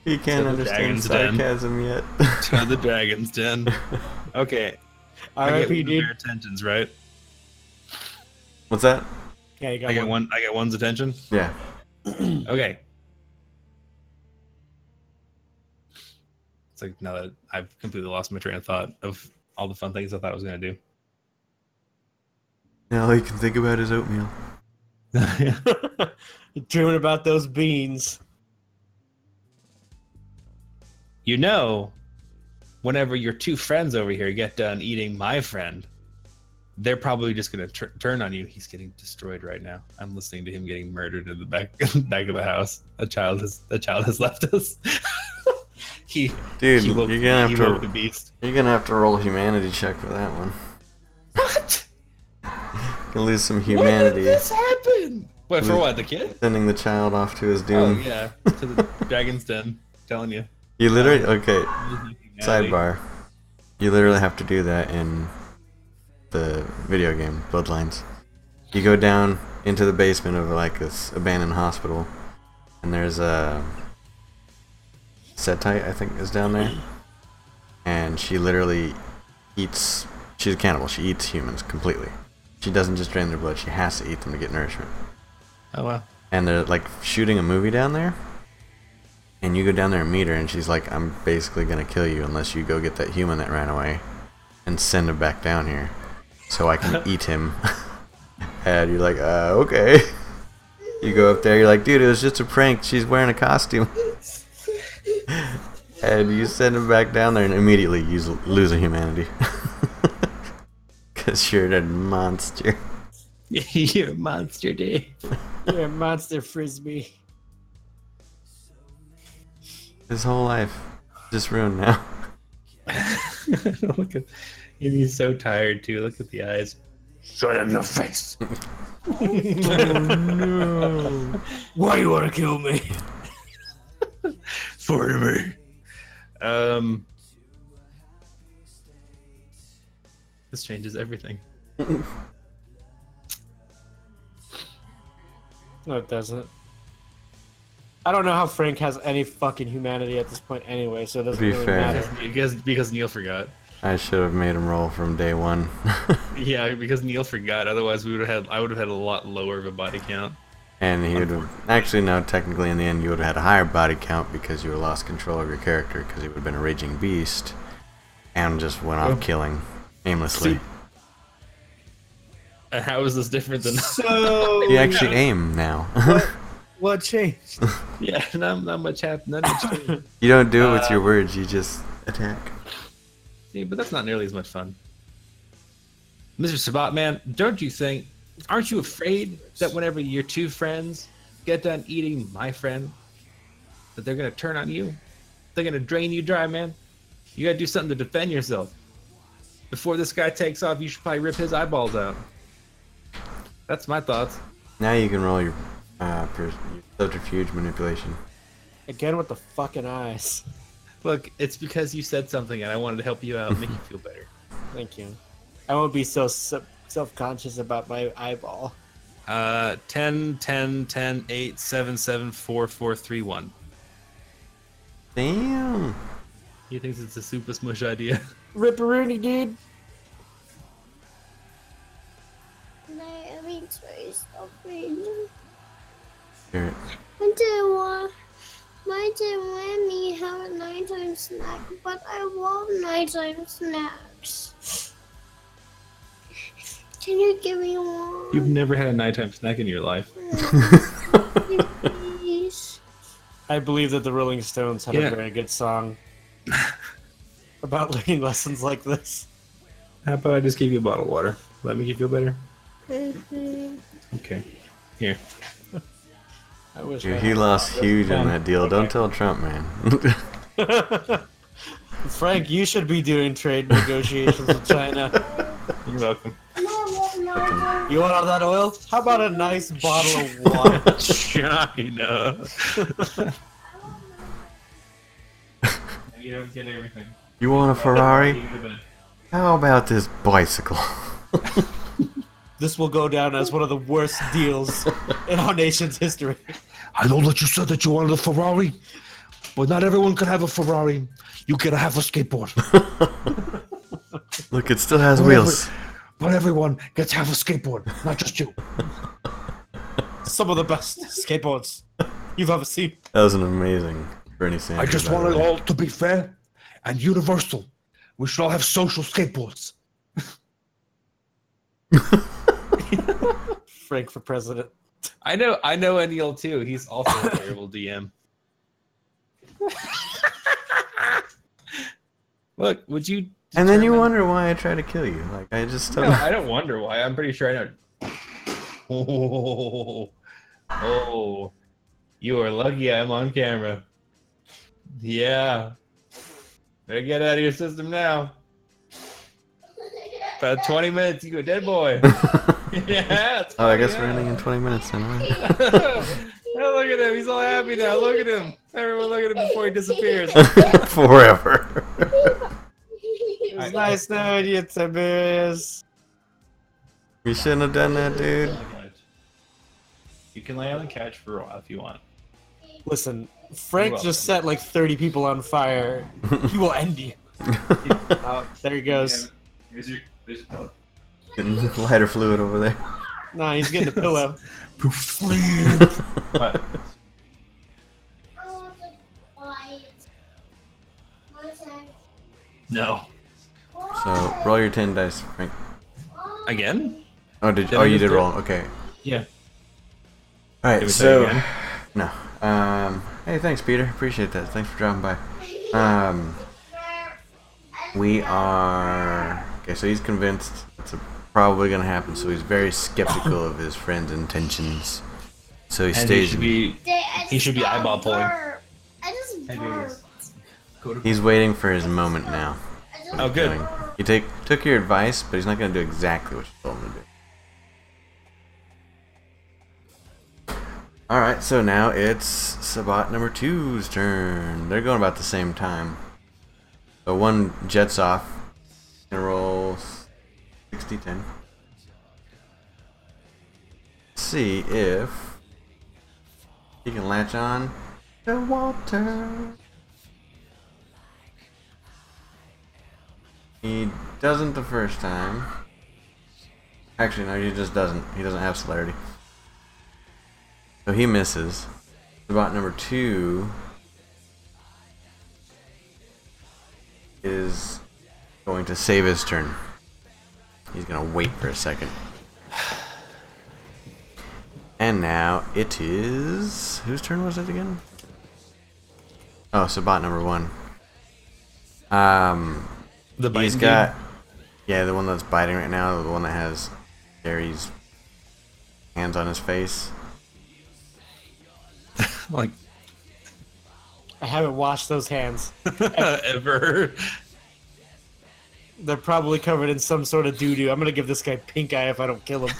He can't
So the
understand
dragon's den.
sarcasm yet.
To the dragon's den. Okay.
R.I.P. dude.
their attentions, right?
What's that?
Yeah, you
I
got
get
one.
one I get one's attention.
Yeah.
Okay. It's like now that I've completely lost my train of thought of all the fun things I thought I was gonna do.
Now all you can think about is oatmeal.
Dreaming about those beans.
you know, whenever your two friends over here get done eating my friend, they're probably just gonna tur turn on you. He's getting destroyed right now. I'm listening to him getting murdered in the back back of the house. A child has a child has left us. he
Dude,
he
you're
woke,
gonna have
he
to
woke the beast.
you're gonna have to roll a humanity check for that one.
What?
You can lose some
When did
humanity.
this happen? Wait for what? The kid?
Sending the child off to his
Oh
doom.
yeah, to the dragon's den. Telling you.
You literally okay.
Humanity.
Sidebar. You literally have to do that in the video game Bloodlines. You go down into the basement of like this abandoned hospital, and there's a Setite, I think, is down there, and she literally eats. She's a cannibal. She eats humans completely. She doesn't just drain their blood. She has to eat them to get nourishment
Oh wow.
and they're like shooting a movie down there and you go down there and meet her and she's like i'm basically gonna kill you unless you go get that human that ran away and send him back down here so i can eat him and you're like uh okay you go up there you're like dude it was just a prank she's wearing a costume and you send him back down there and immediately you s- lose a humanity because you're a monster
You're a monster, dude.
Yeah, monster frisbee.
his whole life just ruined now
Look at he's so tired too. Look at the eyes. Show them your face.
Oh, Why you wanna kill me?
Forever. Um This changes everything.
No, it doesn't. I don't know how Frank has any fucking humanity at this point anyway, so it doesn't
be
really
fair.
matter.
Because because Neil forgot.
I should have made him roll from day one.
Yeah, because Neil forgot. Otherwise, we would have had I would have had a lot lower of a body count.
and he would have. Actually, no, technically, in the end, you would have had a higher body count because you lost control of your character because he would have been a raging beast and just went off killing aimlessly.
See- And how is this different than?
So
you actually aim now.
what changed?
yeah, not, not much happened.
you don't do it with your words, you just attack.
See, but that's not nearly as much fun. Mr. Sabat, man, don't you think? Aren't you afraid that whenever your two friends get done eating my friend, that they're gonna turn on you? They're gonna drain you dry, man. You gotta do something to defend yourself. Before this guy takes off, you should probably rip his eyeballs out. That's my thoughts.
Now you can roll your, uh, per- your subterfuge manipulation.
Again with the fucking eyes.
Look, it's because you said something and I wanted to help you out, and make you feel better.
Thank you. I won't be so self conscious about my eyeball.
Uh, 10, 10, 10, 8, 7, 7, 4, 4, 3, 1.
Damn!
He thinks it's a super smush idea.
Ripperoony, dude.
My reach is open.
Hear it.
I didn't want. My dad let me have a nighttime snack, but I love nighttime snacks. Can you give me one?
never had a nighttime snack in your life.
Please.
I believe that the Rolling Stones had
Yeah.
a very good song about learning lessons like this.
How about I just give you a bottle of water? Let me make you feel better?
Mhm.
Okay. Here.
I wish I
Dude, he lost huge on that deal. Don't tell Trump, man.
had- Frank, you should be doing trade negotiations with China.
You're welcome.
Mom, what nighttime-
You want all that oil? How about a nice bottle of water?
China. you don't get everything.
you want a Ferrari? How about this bicycle?
This will go down as one of the worst deals in our nation's history.
I know that you said that you wanted a Ferrari, but not everyone can have a Ferrari. You gotta have a skateboard.
Look, it still has wheels.
But everyone gets half a skateboard, not just you.
Some of the best skateboards you've ever seen.
That was an amazing Bernie Sanders.
I just
by the
want it
way.
all to be fair and universal. We should all have social skateboards.
Frank for president.
I know I know Anil too. He's also a terrible DM. Look, would you
And then you
determine-
wonder why I try to kill you. Like I just don't.
No, I don't wonder why. I'm pretty sure I know. Oh, oh, you are lucky I'm on camera. Yeah. Better get out of your system now. About 20 minutes, you go dead boy. yeah. it's
oh, I guess
funny,
we're
yeah.
ending in 20 minutes. Then. right?
oh, look at him. He's all happy now. Look at him. Everyone, look at him before he disappears.
Forever.
It was nice knowing you, Tiberius.
we shouldn't have done that, dude.
You can lay on the couch for a while if you want.
Listen, Frank
You're
just set like 30 people on fire. he will end you. oh, there he goes.
Here's your, here's your
Getting lighter fluid over there.
Nah, he's getting a pillow.
What?
I want the light. What's that?
No.
So roll your 10 dice, Frank.
Again?
Oh, did?
Did
oh,
I
you
just
did
do it?
roll. Okay.
Yeah.
All
Did
right.
we say
So.
again?
No. Um. Hey, thanks, Peter. Appreciate that. Thanks for dropping by. Um. We are okay. So he's convinced it's probably gonna happen. So he's very skeptical of his friend's intentions. So he
And he
stays.
should be
They- I
He
just
should be
got
eyeball pulling.
burped. I just burped.
He's waiting for his moment now.
I just
Oh, good.
Going- He take took your advice, but he's not gonna do exactly what you told him to do. All right. So now it's Sabat number two's turn. They're going about the same time. So one jets off. Gonna roll 60 10. See if He can latch on to Walter. He doesn't the first time. Actually, no, he just doesn't. He doesn't have celerity. So he misses. About number two is going to save his turn. He's gonna wait for a second. And now it is whose turn was it again? Oh, so bot number one. Um,
The
he's
biting
got yeah, the one that's biting right now, the one that has Gary's hands on his face.
dude? like
I haven't washed those hands.
ever.
They're probably covered in some sort of doo doo. I'm gonna give this guy pink eye if I don't kill him.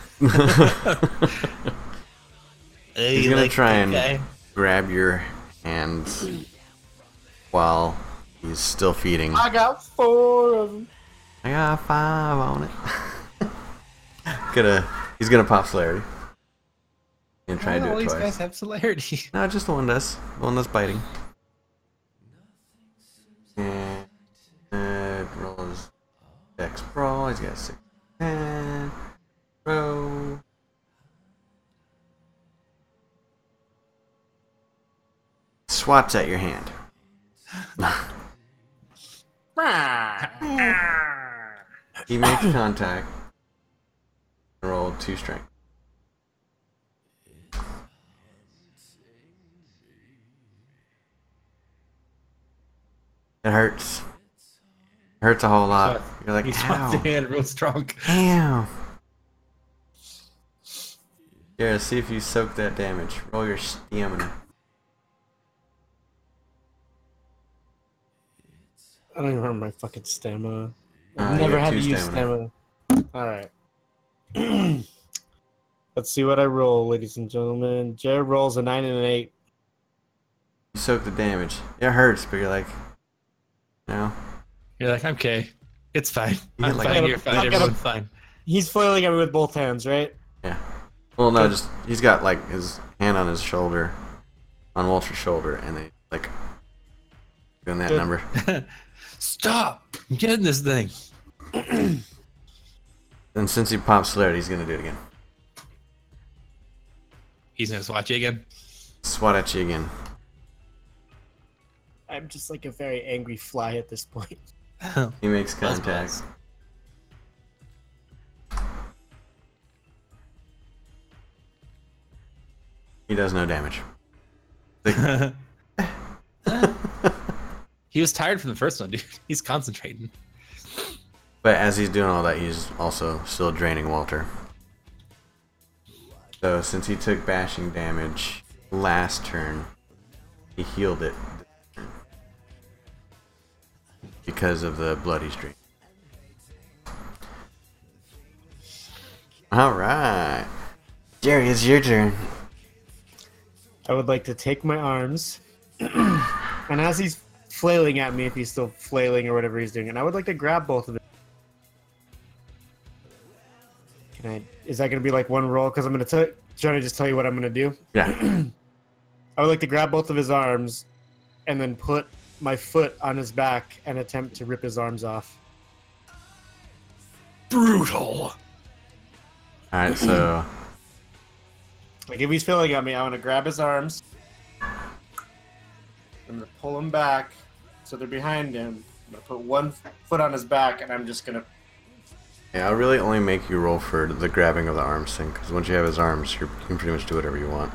He's gonna try and grab your hands while he's still feeding.
I got four of them.
I got a five on it. gonna he's gonna pop Slarry. And try to do
all
it
these
twice.
guys have celerity.
No, just the one that's the one that's biting. And uh, rolls Dex Brawl, he's got six ten. Row. Swats at your hand. he makes contact. Roll two strength. It hurts. It hurts a whole lot.
Swat-
You're like,
He's
ow.
hand real strong.
Damn. Yeah, see if you soak that damage. Roll your stamina.
I don't even remember my fucking stamina.
Uh,
I've
you
never
got
had
two
to use stamina. Alright. Let's see what I roll, ladies and gentlemen. Jared rolls a nine and an eight.
You soak the damage. It hurts, but you're like, no.
You're like, I'm okay. It's fine.
You
I'm
get like-
fine. You're fine.
Look at him.
Everyone's fine.
He's flailing at me with both hands, right?
Well, no, just he's got like his hand on his shoulder, on Walter's shoulder, and they like doing that
Good.
number.
Stop! I'm getting this thing.
And since he pops Laird, he's gonna do it again.
He's gonna swat you again.
Swat at you again.
I'm just like a very angry fly at this point.
He makes
Buzz
contact. He does no damage.
he was tired from the first one, dude. He's concentrating.
But as he's doing all that, he's also still draining Walter. So since he took bashing damage last turn, he healed it this turn. because of the bloody streak. All right, Jerry, it's your turn.
I would like to take my arms, and as he's flailing at me, if he's still flailing or whatever he's doing, and I would like to grab both of them. Can I? Is that going to be like one roll? Because I'm going to try to just tell you what I'm going to do.
Yeah,
I would like to grab both of his arms, and then put my foot on his back and attempt to rip his arms off.
Brutal.
all right. So
Like if he's flailing at me, I want to grab his arms.
I'm gonna pull him back so they're behind him. I'm gonna put one f- foot on his back and I'm just gonna.
yeah, I'll really only make you roll for the grabbing of the arms thing because once you have his arms, you're, you can pretty much do whatever you want.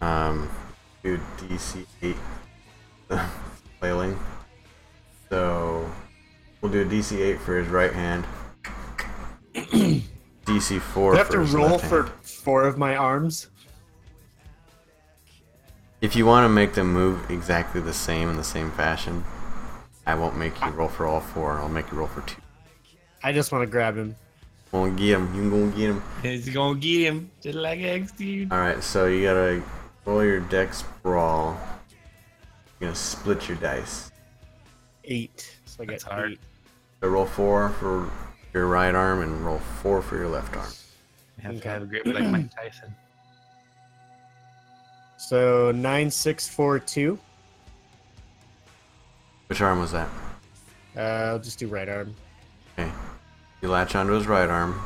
Um, do DC eight flailing. So we'll do a DC eight for his right hand. DC four.
Do I have
for
to
his
roll
left
for
hand.
four of my arms?
If you want to make them move exactly the same in the same fashion, I won't make you roll for all four. I'll make you roll for two.
I just want to grab him.
Won't get him. You gonna get him.
He's gonna get him. Just like X, dude.
All right, so you gotta roll your dex brawl. You're gonna split your dice.
Eight. So I get
That's hard.
eight.
So roll four for your right arm and roll four for your left arm.
I have
Okay.
to have a grip like Mike Tyson.
So nine six four two.
Which arm was that?
Uh, I'll just do right arm.
Okay. You latch onto his right arm.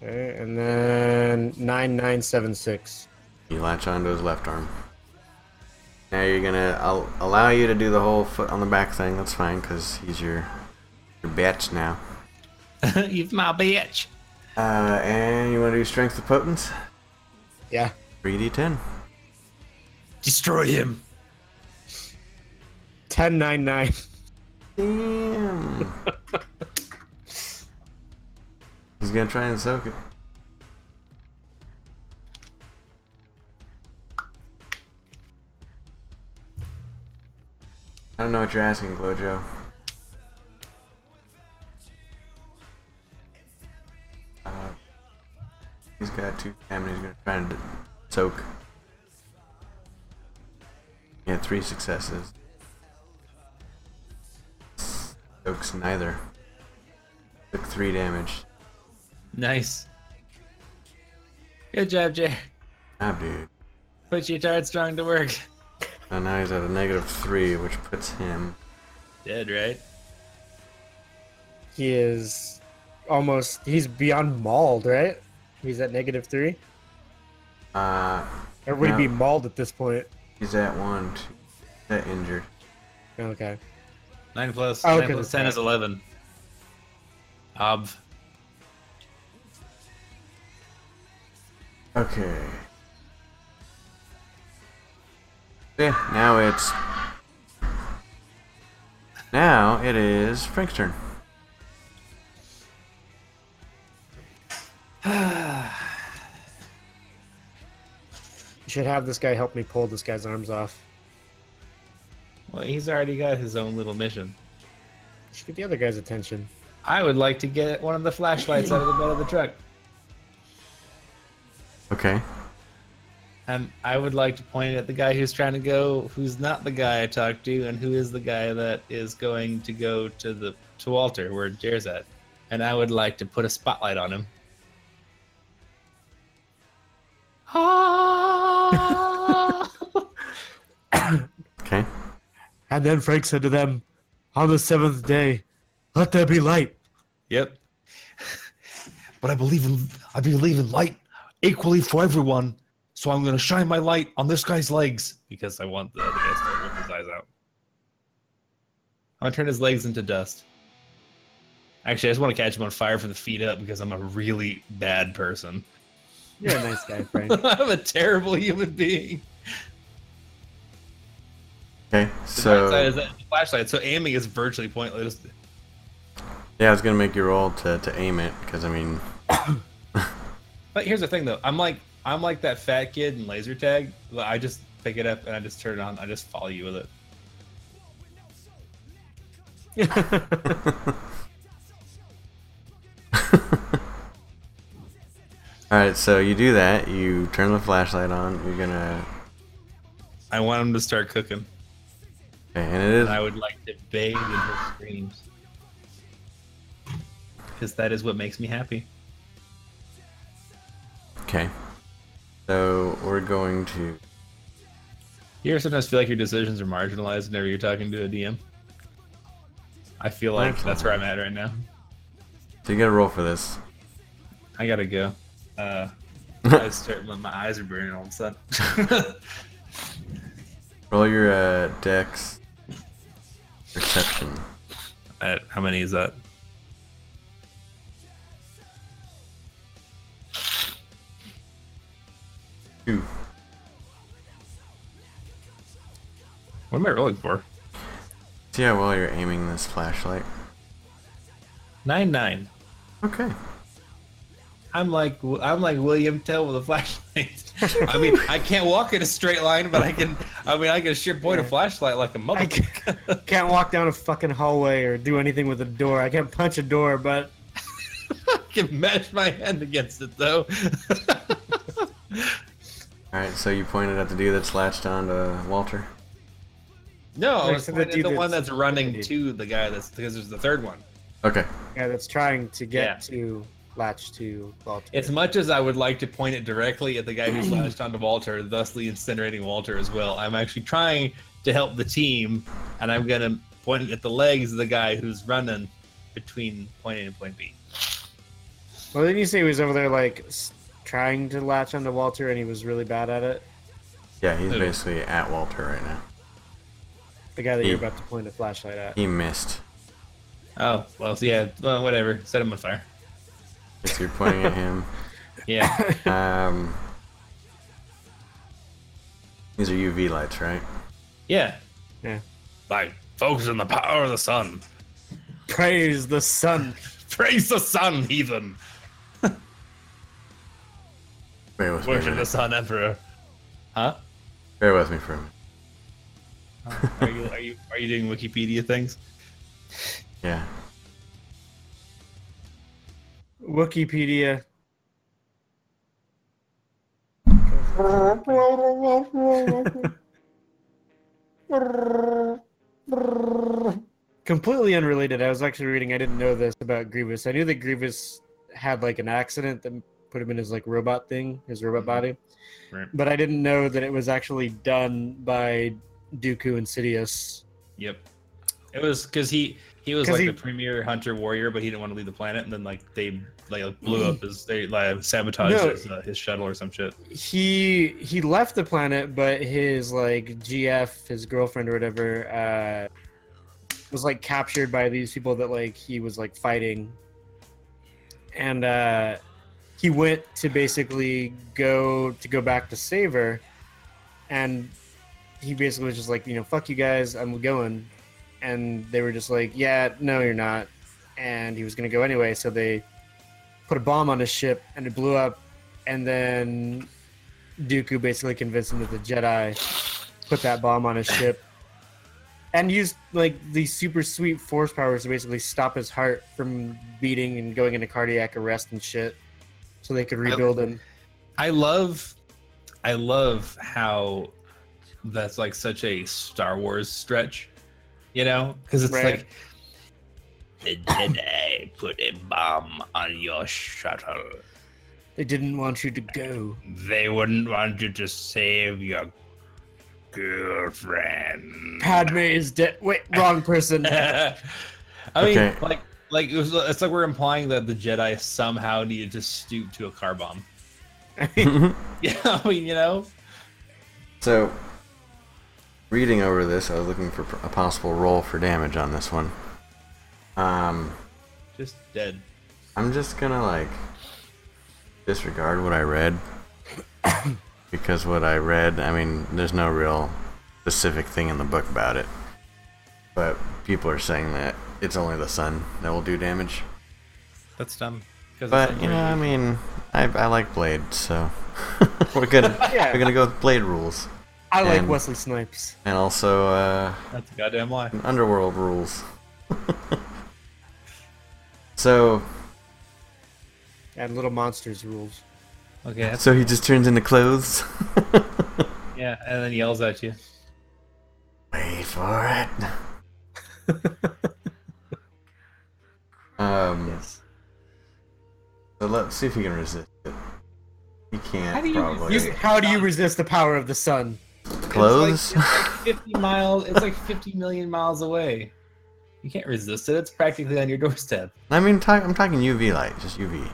Okay, and then nine nine seven six.
You latch onto his left arm. Now you're gonna. I'll allow you to do the whole foot on the back thing. That's fine, cause he's your your bitch now.
You've my bitch.
Uh, and you want to do strength opponents?
Yeah.
3d10.
Destroy him.
Ten nine nine.
Damn. He's gonna try and soak it. I don't know what you're asking, Glojo. Uh, he's got two stamina. He's gonna try and soak. He had three successes. Soaks neither. Took three damage.
Nice. Good job, Jay.
Ah, dude.
Put your tard strong to work.
And now he's at a negative three, which puts him.
Dead, right?
He is almost. He's beyond mauled, right? He's at negative three.
Uh,
Or would he be
No.
mauled at this point?
he's at one. Two, that injured.
Okay.
Nine plus
Oh,
nine
okay,
plus
that's
ten
right.
is eleven. Ob.
Okay. Yeah, now it's. Now it is Frank's turn.
You should have this guy help me pull this guy's arms off.
Well, he's already got his own little mission.
Should get the other guy's attention.
I would like to get one of the flashlights out of the bed of the truck.
Okay.
And I would like to point at the guy who's trying to go, who's not the guy I talked to, and who is the guy that is going to go to the to Walter, where Jer's at. And I would like to put a spotlight on him. Ah!
Okay.
And then Frank said to them, On the seventh day, let there be light.
yep.
But I believe in I believe in light equally for everyone. So I'm gonna shine my light on this guy's legs.
Because I want the other guy to start ripping his eyes out. I'm gonna turn his legs into dust. Actually, I just want to catch him on fire from the feet up because I'm a really bad person.
You're a nice guy, Frank.
I'm a terrible human being.
Okay.
The dark side
So
is that it's a flashlight, so aiming is virtually pointless.
yeah, I was gonna make you roll to to aim it because I mean,
But here's the thing, though. I'm like I'm like that fat kid in laser tag. but I just pick it up and I just turn it on. I just follow you with it.
all right. So you do that. You turn the flashlight on. You're gonna.
I want him to start cooking.
Okay, and it is
And I would like to bathe in his screams. Because that is what makes me happy.
Okay. So we're going to.
You ever sometimes feel like your decisions are marginalized whenever you're talking to a DM? I feel like that's where I'm at right now.
So you gotta roll for this.
I gotta go. Uh, I start my, my eyes are burning all of a sudden.
Roll your uh, dex. Perception.
Uh, how many is that?
Two.
What am I rolling for?
See how well you're aiming this flashlight.
Nine nine.
Okay.
I'm like I'm like William Tell with a flashlight. I mean, I can't walk in a straight line, but I can. I mean, I can sure point a flashlight like a mother.
I can't, can't walk down a fucking hallway or do anything with a door. I can't punch a door, but
I can mash my hand against it though.
Alright, so you pointed at the dude that's latched on to Walter.
no, I
Like,
was
so the
pointing at the,
dude
one
that's-
that's running to the guy that's because there's the third one.
Okay.
yeah, that's trying to get
Yeah.
to latch to Walter.
As much as I would like to point it directly at the guy who's latched onto Walter, thusly incinerating Walter as well, I'm actually trying to help the team, and I'm gonna point at the legs of the guy who's running between point A and point B.
well, didn't you say he was over there like s- trying to latch onto Walter and he was really bad at it?
Yeah, he's
Who?
basically at Walter right now.
The guy that you're
He-
about to point a flashlight at.
He missed.
Oh well, yeah, well, whatever. Set him on fire.
If you're pointing at him,
Yeah,
um, these are UV lights, right?
yeah,
Yeah.
Like focus on the power of the sun.
Praise the sun.
Praise the sun, heathen.
Bear with me. a
Worship the
minute.
sun, emperor. Huh?
Bear with me for a minute.
Are you are you are you doing Wikipedia things?
Yeah.
Wikipedia. Completely unrelated. I was actually reading. I didn't know this about Grievous. I knew that Grievous had like an accident that put him in his like robot thing, his robot
Mhm.
body.
Right.
But I didn't know that it was actually done by Dooku and Sidious.
Yep. It was because he he was
'Cause
like
he-
the premier hunter warrior, but he didn't want to leave the planet, and then like they like blew up his they like sabotaged
Mm-hmm. No.
his, uh, his shuttle or some shit.
he he left the planet but his like gf his girlfriend or whatever uh was like captured by these people that like he was like fighting and uh he went to basically go to go back to save her and he basically was just like you know fuck you guys i'm going and they were just like yeah no you're not and he was gonna go anyway so they put a bomb on his ship and it blew up and then Dooku basically convinced him that the Jedi put that bomb on his ship and used like these super sweet force powers to basically stop his heart from beating and going into cardiac arrest and shit so they could rebuild him.
I love, I love how that's like such a Star Wars stretch, you know? Because it's
Right.
like the Jedi put a bomb on your shuttle.
They didn't want you to go.
They wouldn't want you to save your girlfriend.
Padme is dead. Wait, wrong person.
I mean,
Okay.
like, like it was, it's like we're implying that the Jedi somehow needed to stoop to a car bomb. Yeah, I mean, you know,
so, reading over this, I was looking for a possible roll for damage on this one. Um,
just dead.
I'm just gonna like disregard what I read because what I read, I mean, there's no real specific thing in the book about it. But people are saying that it's only the sun that will do damage.
That's dumb. 'Cause
But
it's
you know,
like-
I mean, I, I like Blade, so we're gonna
Yeah.
we're gonna go with Blade rules,
I like
And-
Wesley Snipes.
and also uh,
that's a goddamn lie.
Underworld rules. so
And Little Monsters rules.
Okay, that's,
so he just turns into clothes.
yeah, and then yells at you.
Wait for it. um. So let's see if he can resist it. He can't
How do you
probably.
resist-
How do you resist the power of the sun?
Clothes.
It's like, it's like fifty miles. It's like fifty million miles away. You can't resist it. It's practically on your doorstep.
I mean, talk, I'm talking UV light, just UV,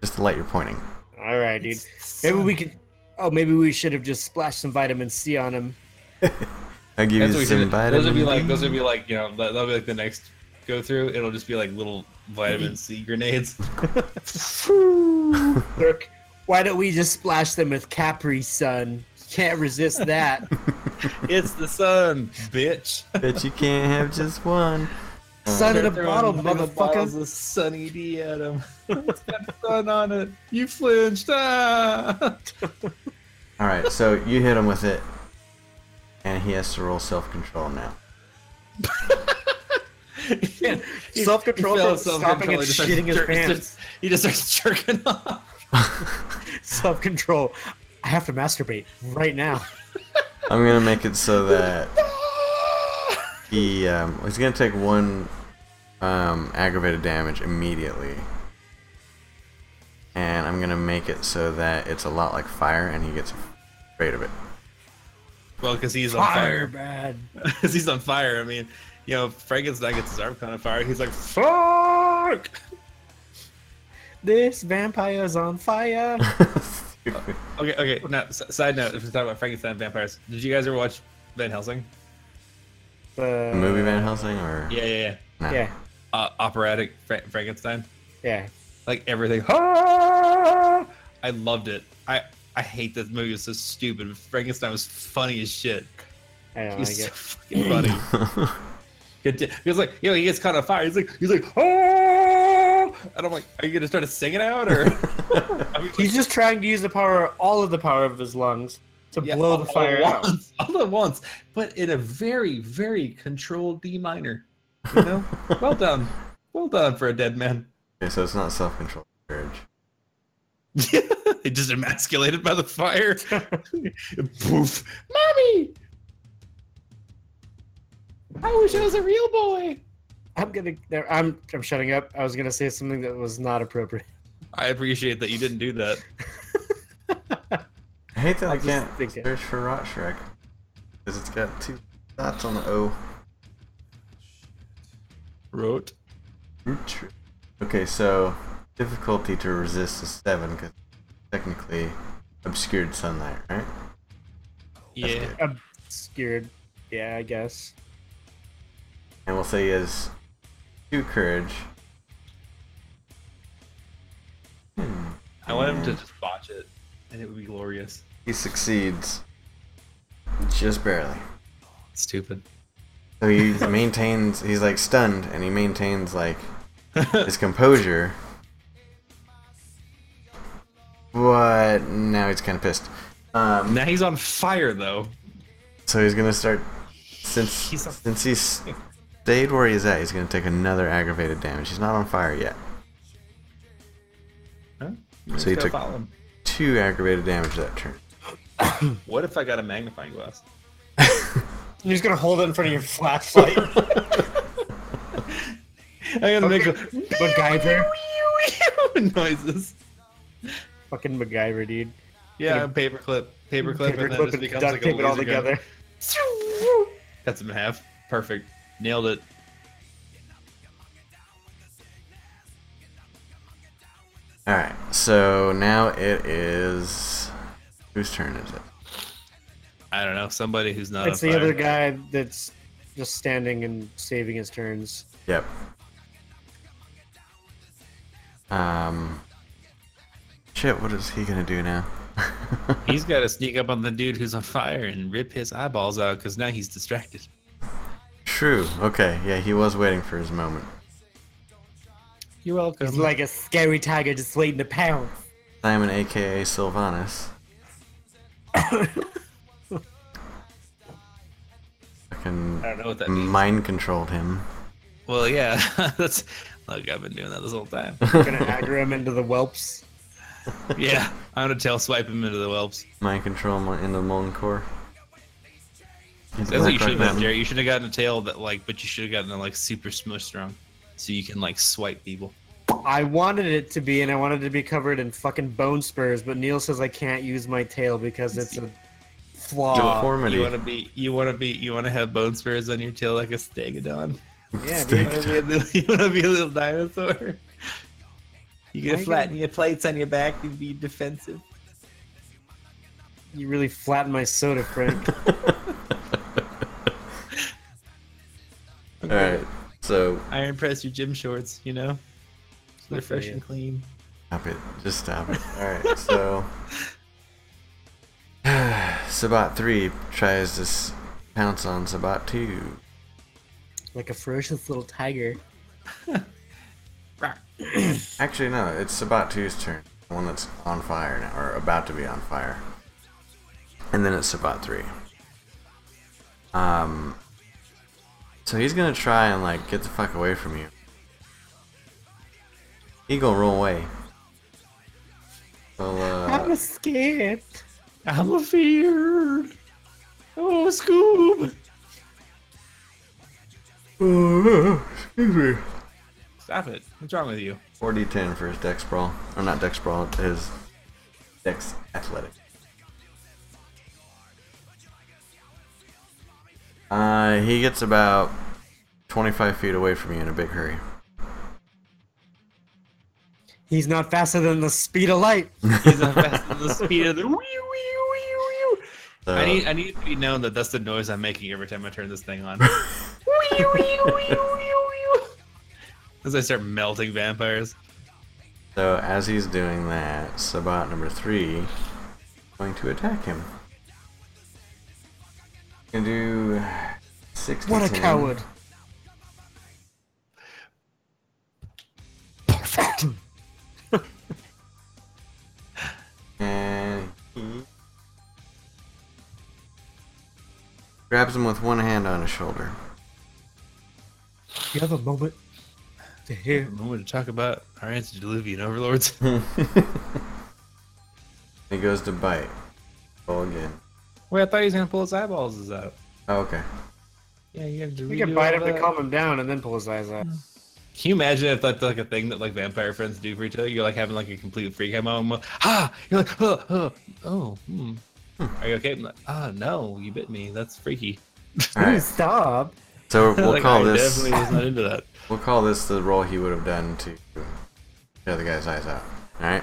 just the light you're pointing.
All right, dude.
It's
Maybe we
sun.
could. Oh, maybe we should have just splashed some vitamin C on him.
I give
That's
you
what we
some
should- Those would be
vitamin
like
D.
those would be like you know that, that'll be like the next go through. It'll just be like little vitamin C grenades.
Kirk, why don't we just splash them with Capri Sun? Can't resist that.
it's the sun, bitch.
Bet you can't have just one.
Sun in a
They're
bottle,
throwing little bottles
motherfucker.
of Sunny D at him. it's got sun on it. You flinched. Ah!
All right, so you hit him with it, and he has to roll self-control now.
Self control
He
for
fails self-control,
stopping and
he just starts
shitting his
jer-
pants.
He just starts jerking off.
Self control. I have to masturbate right now.
I'm gonna make it so that he um, he's gonna take one um, aggravated damage immediately, and I'm gonna make it so that it's a lot like fire, and he gets afraid of it.
Well, because he's on fire.
bad.
Because he's on fire. I mean, you know, Frankenstein gets his arm caught on fire. He's like, fuck!
This vampire's on fire.
Okay, okay. Now, s- side note, if we're talking about Frankenstein and vampires, did you guys ever watch Van Helsing?
The
The movie Van Helsing, or
Yeah, yeah, yeah.
No.
Uh, Yeah,
Uh, operatic Fra- Frankenstein.
yeah.
Like everything. Ah! I loved it. I I hate that movie. It's so stupid. Frankenstein was funny as shit.
I don't
He's
like
so
it.
fucking funny. Good di- He was like, you know, he gets caught on fire. He's like, he's like, oh! And I'm like, are you gonna try to sing it out or? I mean,
He's just trying to use the power, all of the power of his lungs, to
yeah,
blow
all-
the
all
fire
at
out.
once, all at once, but in a very, very controlled D minor. You know, well done, well done for a dead man.
Okay, so it's not self-control courage.
they just emasculated by the fire. Poof, mommy! I wish I was a real boy.
I'm gonna. there- I'm. I'm shutting up. I was gonna say something that was not appropriate.
I appreciate that you didn't do that.
I hate that I,
I just
can't
think it-
search for Rot Shrek because it's got two dots on the O.
Wrote.
Root Shrek. Okay, so difficulty to resist is seven because technically obscured sunlight, right? That's
Yeah.
good.
Scared. Yeah, I guess.
And we'll say is two courage. Hmm.
I want him to just botch it, and it would be glorious.
He succeeds just barely.
Stupid.
So he maintains. He's like stunned, and he maintains like his composure. But now he's kind of pissed. Um,
now he's on fire though.
so he's gonna start since
He's a-
since he's stayed where he's at. He's gonna take another aggravated damage. He's not on fire yet.
Huh?
So he
Gotta
took
follow him.
two aggravated damage that turn.
What if I got a magnifying glass?
You're just gonna hold it in front of your flashlight.
I'm gonna
Okay.
make a
MacGyver.
noises.
Fucking MacGyver, dude.
Yeah, paperclip, paperclip, and then it
Paperclip
just becomes
duct
like a
tape it all
laser gun.
together.
Cuts him in half. Perfect. Nailed it.
All right. So now it is whose turn is it?
I don't know. Somebody who's not.
It's
on
the
Uh, fire.
other guy that's just standing and saving his turns.
Yep. Um. Shit, what is he gonna do now?
He's got to sneak up on the dude who's on fire and rip his eyeballs out because now he's distracted.
True. Okay. Yeah, he was waiting for his moment.
You're welcome.
He's like a scary tiger just waiting to pounce.
Simon, aka Sylvanas. Fucking
I don't know what that means.
mind controlled him.
Well, yeah. That's look. I've been doing that this whole time.
gonna aggro him into the whelps.
yeah, I'm gonna tail swipe him into the whelps.
Mind control him in the Molten Core. He's
That's what you
Black
should have
Rock
done,
Mountain.
Jerry. You should have gotten a tail that like, but you should have gotten a like super smush strong, so you can like swipe people.
I wanted it to be, and I wanted it to be covered in fucking bone spurs, but Neil says I can't use my tail because it's a flaw.
Deformity.
You want to be, you want to be, you want to have bone spurs on your tail like a stegodon.
Yeah,
You
dude.
want to be a little, you wanna be a little dinosaur.
Why
You
you
gonna flatten your plates on your back and be defensive.
You really flattened my soda, Frank.
Alright, so
Iron press your gym shorts. You know, so they're
Good for
fresh
you.
and clean.
Stop it. Just stop it. Alright, so. Sabat 3 tries to s- pounce on Sabat 2.
like a ferocious little tiger.
Actually, no, it's Sabat 2's turn. The one that's on fire now, or about to be on fire. And then it's Sabat 3. Um. So he's gonna try and, like, get the fuck away from you. He gonna roll away. So, uh,
I'm scared.
I'm afeared. Oh, Scoob.
Excuse me.
Stop it. What's wrong with you?
4d10 for his dex brawl. Or not dex brawl, his dex athletic. Uh, he gets about 25 feet away from you in a big hurry.
He's not faster than the speed of light.
He's not fast as the speed of the. wee, wee, wee, wee.
So,
I need I need it to be known that that's the noise I'm making every time I turn this thing on. As I start melting vampires.
so as he's doing that, Sabat number three is going to attack him. Gonna do 60.
What a coward. Perfect.
And
Mm-hmm.
he grabs him with one hand on his shoulder.
You have a moment to hear.
I'm going to talk about our antediluvian overlords.
He goes to bite. Roll again.
Wait, I thought he was going to pull his eyeballs out.
Oh, okay.
Yeah, you have to.
We can
redo
bite
all
him to
that.
calm him down and then pull his eyes out.
Can you imagine if that's like a thing that like vampire friends do for each other? You're like having like a complete freak out moment. Ah, you're like, oh, oh, oh hmm. Are you okay? I'm like, ah, no, you bit me. That's freaky.
All right.
Stop.
So we'll
Like,
call
I
this.
Definitely was not into that.
We'll call this the roll he would have done to the other guy's eyes out. All right.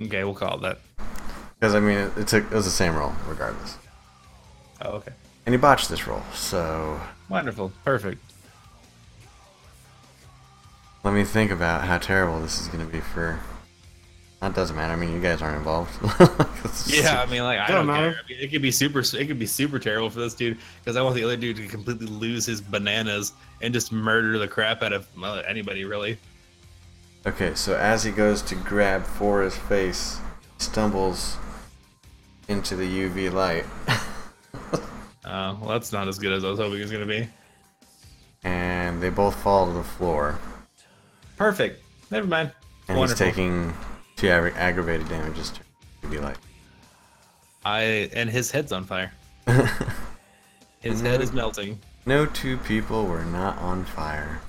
Okay, we'll call it that.
Because I mean, it, it took it was the same roll regardless,
Oh, okay.
and he botched this roll. So
Wonderful. Perfect.
let me think about how terrible this is going to be for. That doesn't matter. I mean, you guys aren't involved. It's just-
Yeah, I mean, like I
Don't
don't care.
matter.
I mean, it could be super. It could be super terrible for this dude because I want the other dude to completely lose his bananas and just murder the crap out of well, anybody really.
Okay, so as he goes to grab for his face, stumbles into the UV light,
Uh, well, that's not as good as I was hoping it was gonna be.
and they both fall to the floor.
Perfect. Never mind.
And he's taking two aggra- aggravated damages to UV light.
I and his head's on fire. His head is melting.
No two people were not on fire.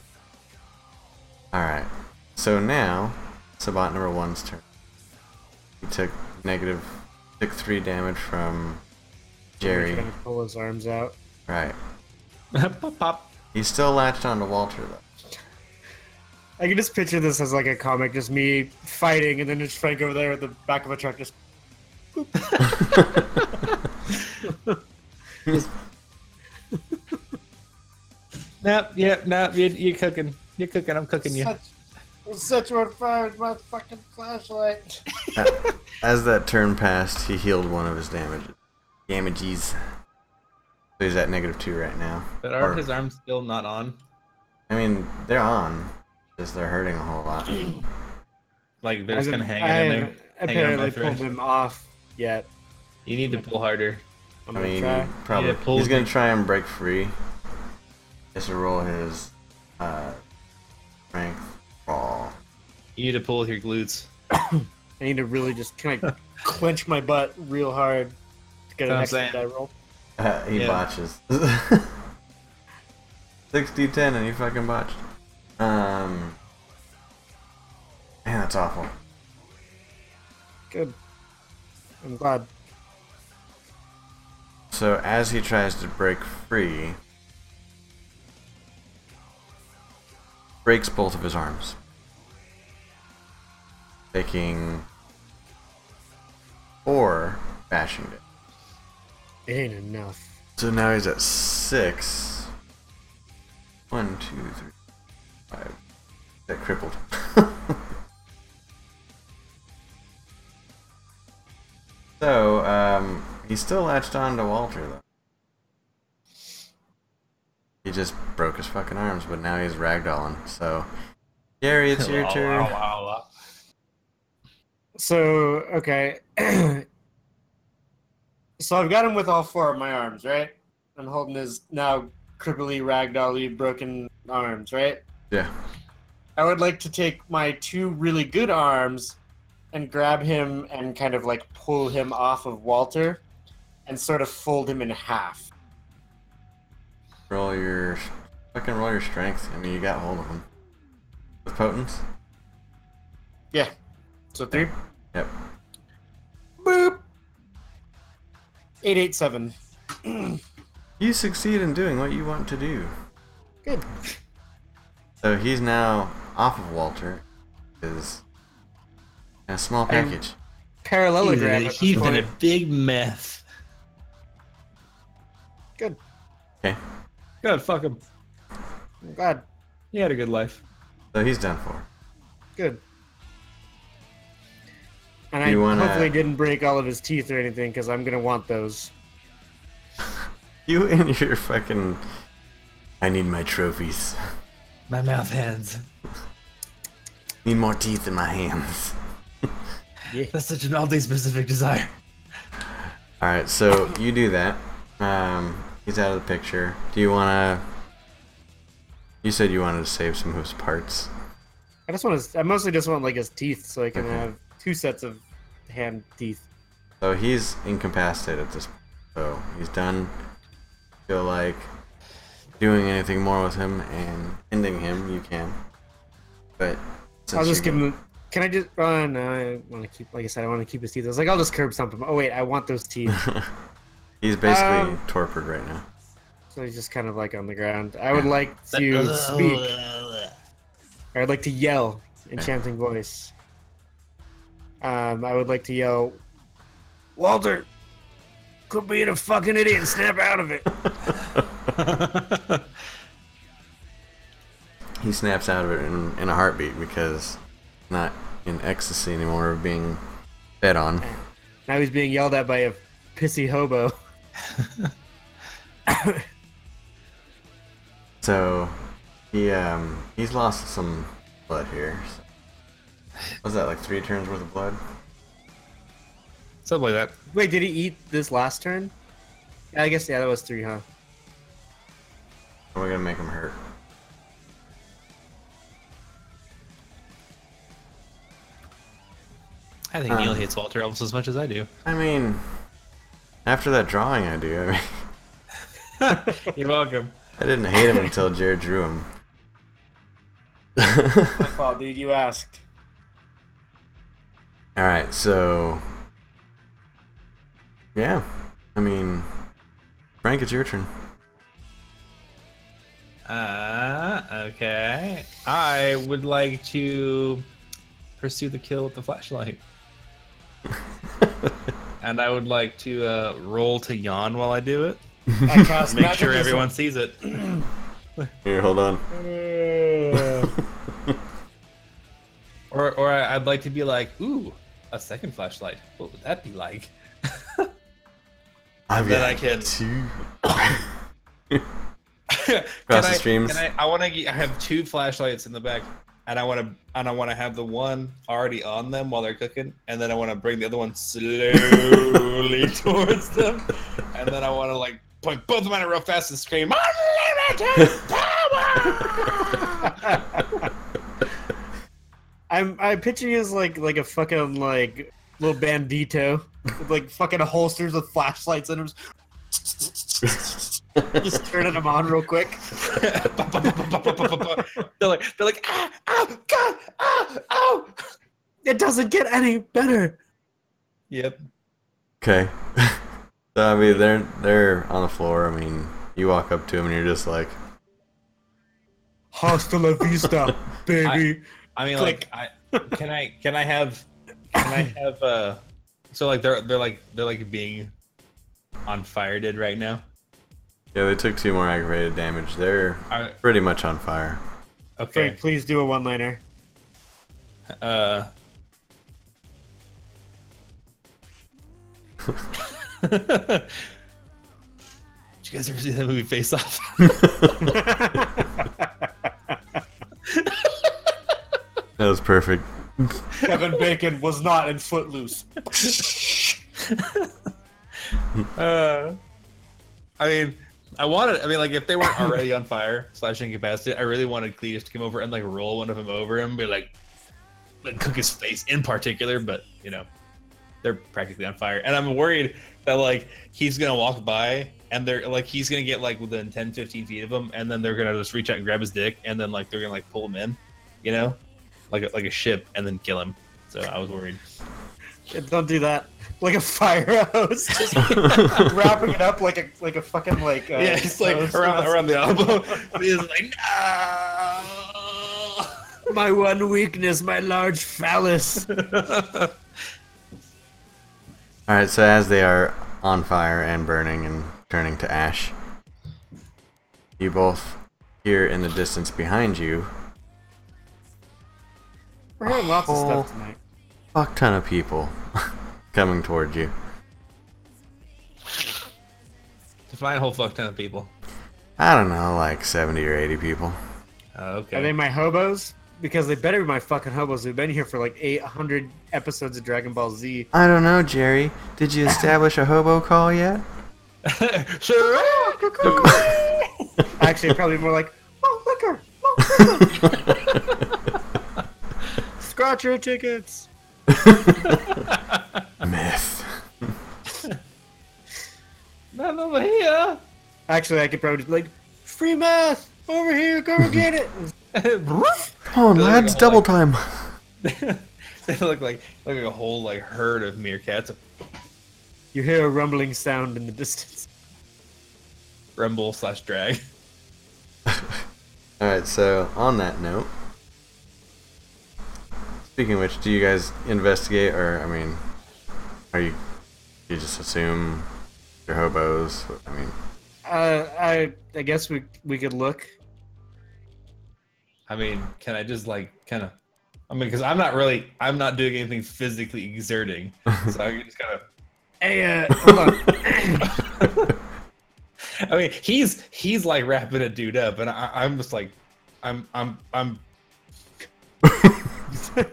Alright. So now, Sabat number one's turn. He took negative took three damage from
He's
Jerry.
gonna pull his arms out.
Right.
pop pop.
He's still latched onto Walter though.
I can just picture this as like a comic, just me fighting, and then just Frank over there at the back of a truck, just.
Nope. Yep. Nope. You're, you're cooking. You're cooking. I'm cooking you.
Such, such on fire with my fucking flashlight.
As that turn passed, he healed one of his damages. Damages. So he's at negative two right now.
But are
Or-
his arms still not on?
I mean, they're on. Just they're hurting a whole lot.
Like they're just
I
kind of
haven't-
hanging in
I
there.
haven't
hanging on by
Apparently
a
pulled
thread.
him off yet.
You need to pull harder.
I'm
I
gonna
mean,
try.
probably.
Yeah, pull-
he's gonna try and break free. He has to roll his uh, strength ball.
You need to pull with your glutes.
I need to really just kind of clench my butt real hard to get an
That's what I'm
extra die roll.
Uh, he
Yeah.
botches. 60 10 and he fucking botched. Um, man, that's awful.
Good. I'm glad.
So as he tries to break free, breaks both of his arms, taking four bashing damage.
It ain't enough.
So now he's at six. One, two, three, five. That crippled. so, um, he's still latched on to Walter, though. He just broke his fucking arms, but now he's ragdolling. So, Gary, it's your
Wow,
turn.
wow, wow, wow.
So okay.
So I've got him with all four of my arms, right? I'm holding his now cripply, ragdolly, broken arms, right?
Yeah.
I would like to take my two really good arms and grab him and kind of like pull him off of Walter and sort of fold him in half.
Roll your. Fucking roll your strength. I mean, you got hold of him. With potence?
So three.
Yep.
Boop. Eight eight seven.
You succeed in doing what you want to do.
Good.
So he's now off of Walter. Is in a small
And-
package.
Parallelogram. at this
He's in
point.
a big mess.
God, fuck him.
God,
He had a good life.
So he's done for.
Good.
and
You
I
wanna-
hopefully didn't break all of his teeth or anything because I'm gonna want those.
You and your fucking. I need my trophies.
My mouth hands.
Need more teeth in my hands.
That's such an all day specific desire.
All right, so you do that. Um, he's out of the picture. Do you wanna? You said you wanted to save some of his parts.
I just want his. I mostly just want like his teeth so I can
Okay.
have two sets of hand teeth.
So he's incapacitated at this point. So he's done. Feel like doing anything more with him and ending him, you can. But since
I'll just
you
give
go-
him. Can I just? Oh no, I want to keep. Like I said, I want to keep his teeth. I was like, I'll just curb stomp him. Oh wait, I want those teeth.
He's basically
Um,
torpid right now.
so he's just kind of like on the ground. I would like to speak. or I'd like to yell, enchanting voice. Um, I would like to yell, Walter, quit being a fucking idiot and snap out of it.
He snaps out of it in, in a heartbeat because not in ecstasy anymore of being fed on.
now he's being yelled at by a pissy hobo.
So he um he's lost some blood here. So- Was that like three turns worth of blood?
Something like that.
Wait, did he eat this last turn? I guess, yeah, that was three, huh?
Or we're gonna make him hurt.
I think Neil hates Walter almost as much as I do.
I mean, after that drawing I do, I mean,
You're welcome.
I didn't hate him until Jared drew him.
Well, dude, you asked.
All right, so yeah, I mean, Frank, it's your turn.
Uh, okay. I would like to pursue the kill with the flashlight. and I would like to uh, roll to yawn while I do it.
I cast
Make
magic
sure
missile.
everyone sees it.
Here, hold on.
Or, or I- I'd like to be like, ooh, a second flashlight. What would that be like?
I've
Then
got
I can-
two.
Cross
the streams.
I, I want to. I have two flashlights in the back, and I want to. And I want to have the one already on them while they're cooking, and then I want to bring the other one slowly towards them, and then I want to like point both of them at it real fast and scream unlimited power.
I'm I picture you as like like a fucking like little bandito, with, like fucking holsters with flashlights in them. Just turning them on real quick.
they're like, they're like, ah, oh, god, ah, oh.
It doesn't get any better.
Yep.
Okay. so I mean, they're they're on the floor. I mean, you walk up to them and you're just like,
Hasta la vista, baby.
I mean,
Click.
like, I, can I can I have can I have uh? So like they're they're like they're like being on fire dead right now.
yeah, they took two more aggravated damage. They're
I,
pretty much on fire.
Frank,
okay.
please do a one-liner.
Uh. Did you guys ever see that movie Face Off?
That was perfect.
Kevin Bacon was not in Footloose.
Uh, I mean, I wanted. I mean, like, if they weren't already on fire slash incapacitated, I really wanted Cletus to come over and like roll one of them over him, and be like, like cook his face in particular. But you know, they're practically on fire, and I'm worried that like he's gonna walk by and they're like he's gonna get like within 10, 15 feet of him, and then they're gonna just reach out and grab his dick, and then like they're gonna like pull him in, you know, like a, like a ship, and then kill him. so I was worried.
Don't do that. Like a fire hose, just wrapping it up like a like a fucking like. Uh,
yeah, it's like
hose.
around around the elbow. He's like, no.
my one weakness, my large phallus.
All right, so as they are on fire and burning and turning to ash, you both hear in the distance behind you
We're hearing lots of
Oh.
stuff tonight.
fuck ton of people coming toward you.
Define a whole fuck ton of people.
I don't know, like 70 or 80 people.
Oh,
Are they
okay.
my hobos? Because they better be my fucking hobos. We've been here for like 800 episodes of Dragon Ball Z.
I don't know, Jerry. Did you establish a hobo call yet?
sure.
Actually, probably more like, oh, liquor, oh, scratch your tickets.
Myth.
Not over here.
Actually, I could probably just be like, free math over here, go get it.
Come on,
They're like
lads,
all
double
like-
time.
they look like look like a whole like herd of meerkats
You hear a rumbling sound in the distance.
rumble slash drag.
All right, so on that note, speaking of which, do you guys investigate, or I mean, are you you just assume they're hobos? I mean,
Uh, I I guess we we could look.
I mean, can I just like kind of? I mean, because I'm not really, I'm not doing anything physically exerting, so I can just kind of.
Hey, uh, hold on.
I mean, he's he's like wrapping a dude up, and I, I'm just like, I'm I'm I'm I'm,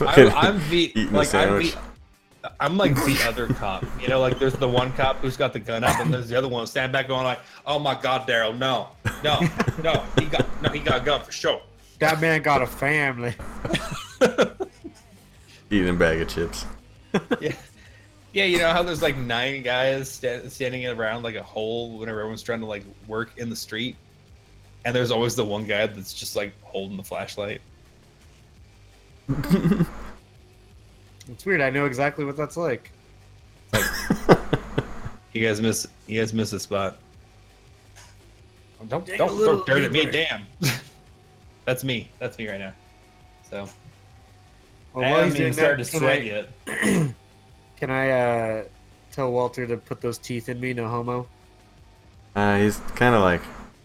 I'm the
Eating a
like I'm the
sandwich.
I'm like the other cop, you know. Like there's the one cop who's got the gun up, and there's the other one stand back going like, "Oh my God, Daryl, no, no, no, he got no, he got a gun for sure."
that man got a family.
eating a bag of chips.
yeah. Yeah, you know how there's like nine guys sta- standing around like a hole whenever everyone's trying to like work in the street, and there's always the one guy that's just like holding the flashlight.
It's weird. I know exactly what that's like.
You guys miss, you guys miss a spot. Don't
Dig a
don't
little
throw dirt at me,
deeper.
damn. that's me. That's me right now. So
Well,
I
while
haven't
he's doing
even started
that,
to
can
sweat
I-
yet.
Can I uh, tell Walter to put those teeth in me? No homo.
Uh, he's kind of like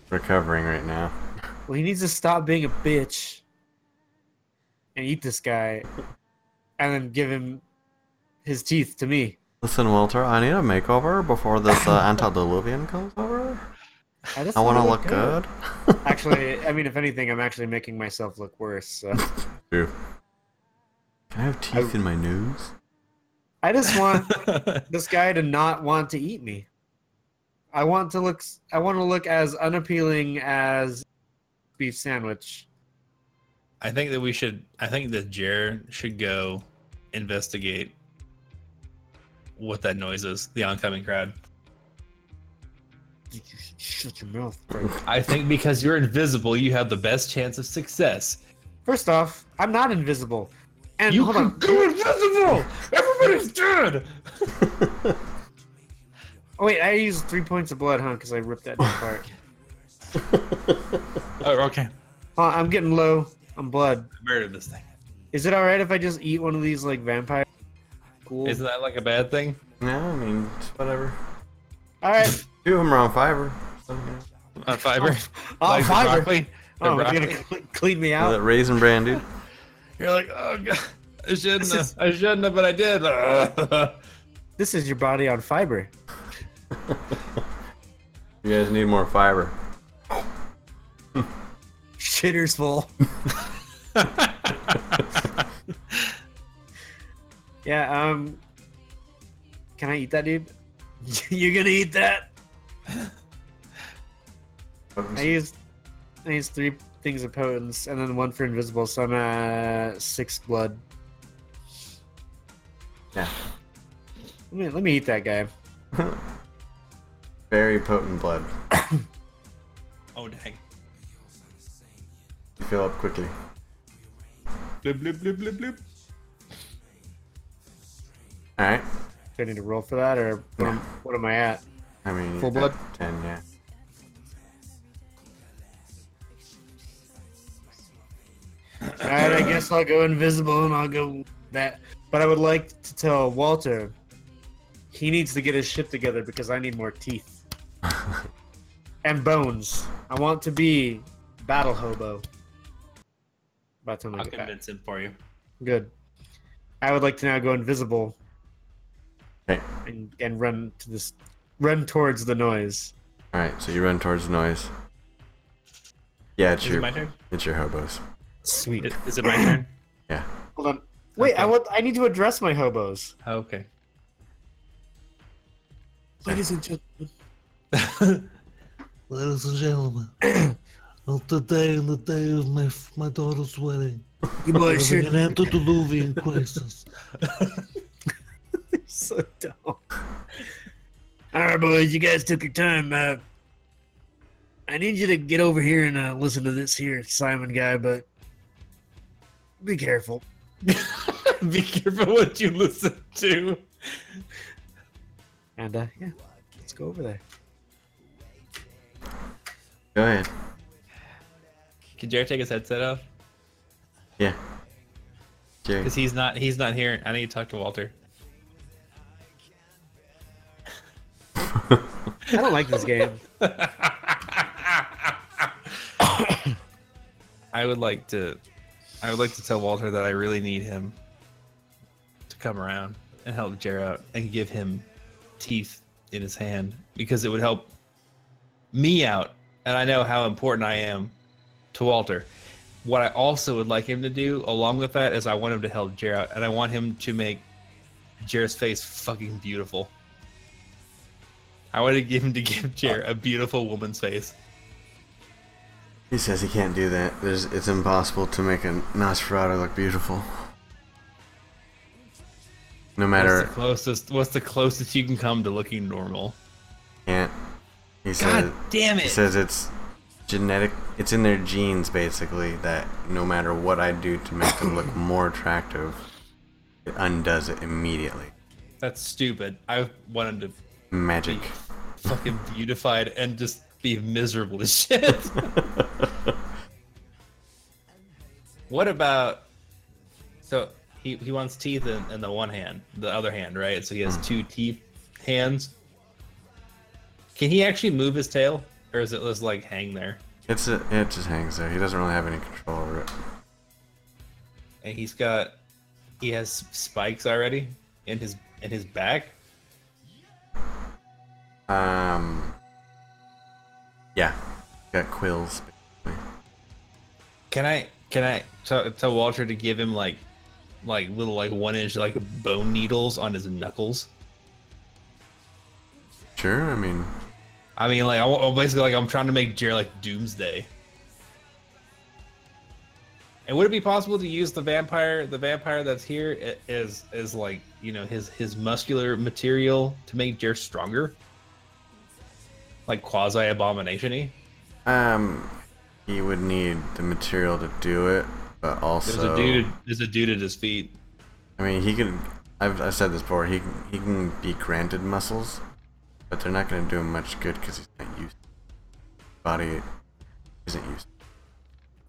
recovering right now.
Well, he needs to stop being a bitch and eat this guy, and then give him his teeth to me.
Listen, Walter, I need a makeover before this uh, antediluvian comes over.
I, just
I want to
wanna
look good.
Actually, I mean, if anything, I'm actually making myself look worse. So.
True. Can I have teeth in my nose?
I just want this guy to not want to eat me. I want to look. I want to look as unappealing as beef sandwich.
I think that we should. I think that Jared should go investigate what that noise is. The oncoming crowd.
You should Shut your mouth. Frank.
I think because you're invisible, you have the best chance of success.
First off, I'm not invisible. And
You
hold
can
on.
go invisible. Everybody's dead.
Oh wait, I used three points of blood, huh? Because I ripped that dude apart.
Oh, okay.
Hold on, I'm getting low on blood.
Murder this thing.
Is it all right if I just eat one of these like vampire? Cool.
Isn't that like a bad thing?
No, I mean, it's whatever.
all right.
Two of them are on Fiverr. So, yeah.
On Uh, fiber.
Oh,
Like the
fiber.
broccoli? The
Oh, you're
broccoli?
gonna cl- clean me
Oh,
out.
that raisin brand, dude.
You're like, oh god, I shouldn't have. I shouldn't have, but I did.
This is your body on fiber.
You guys need more fiber.
Shitter's full. yeah. Um. Can I eat that, dude? you're gonna eat that. I used. I used three things of potence and then one for invisible, so I'm at six blood.
Yeah.
Let me, let me eat that guy.
Very potent blood.
oh dang.
You fill up quickly.
Blip blip blip blip blip.
All right.
Do I need to roll for that, or what, am, what am I at?
I mean, you're
Full blood?
at Ten, yeah.
All right, I guess I'll go invisible and I'll go that. But I would like to tell Walter he needs to get his shit together because I need more teeth and bones. I want to be battle hobo. About time I
I'll
get back.
convince him for you.
Good. I would like to now go invisible.
Okay.
And and run to this, run towards the noise.
All right. So you run towards the noise. Yeah, it's
Is it
your
my turn?
it's your hobos.
Sweet.
Is, is it my turn?
Hold on. Wait, I want. I need to address my hobos.
Oh, okay.
Ladies and gentlemen.
Ladies and gentlemen, on the day on the day of my my daughter's wedding,
You boys should
enter the Luvian crisis.
so dumb. All right, boys, you guys took your time. Uh, I need you to get over here and uh, listen to this here Simon guy, but be careful.
Be careful what you listen to.
And uh, yeah, let's go over there.
Go ahead.
Can Jared take his headset off?
Yeah. Jerry.
Because he's not he's not here. I need to talk to Walter.
I don't like this game.
I would like to I would like to tell Walter that I really need him to come around and help Jer out and give him teeth in his hand because it would help me out and I know how important I am to Walter. What I also would like him to do along with that is I want him to help Jer out and I want him to make Jer's face fucking beautiful. I want to give him to give Jer a beautiful woman's face.
He says he can't do that. There's, it's impossible to make a Nosferatu look beautiful. No
What's the
matter
closest? What's the closest you can come to looking normal?
can't. He says
God damn
he
it!
says it's genetic. It's in their genes basically that no matter what I do to make them look more attractive, it undoes it immediately.
That's stupid. I want him to
Magic.
fucking beautified and just be miserable as shit. what about? So he he wants teeth in, in the one hand, the other hand, right? So he has two teeth hands. Can he actually move his tail, or is it just like hang there?
It's a, it just hangs there. He doesn't really have any control over it.
and he's got he has spikes already in his in his back.
Um. Yeah, got quills. Basically.
Can I can I t- tell Walter to give him like like little like one inch like bone needles on his knuckles?
Sure. I mean,
I mean like I, wa- I'm basically like I'm trying to make Jer like Doomsday. And would it be possible to use the vampire the vampire that's here i- as as like you know his his muscular material to make Jer stronger? Like quasi abominationy.
Um, he would need the material to do it, but also,
There's a dude. There's a dude at his feet.
I mean, he can. I've, I've said this before. He can, he can be granted muscles, but they're not going to do him much good because he's not used. His body isn't used.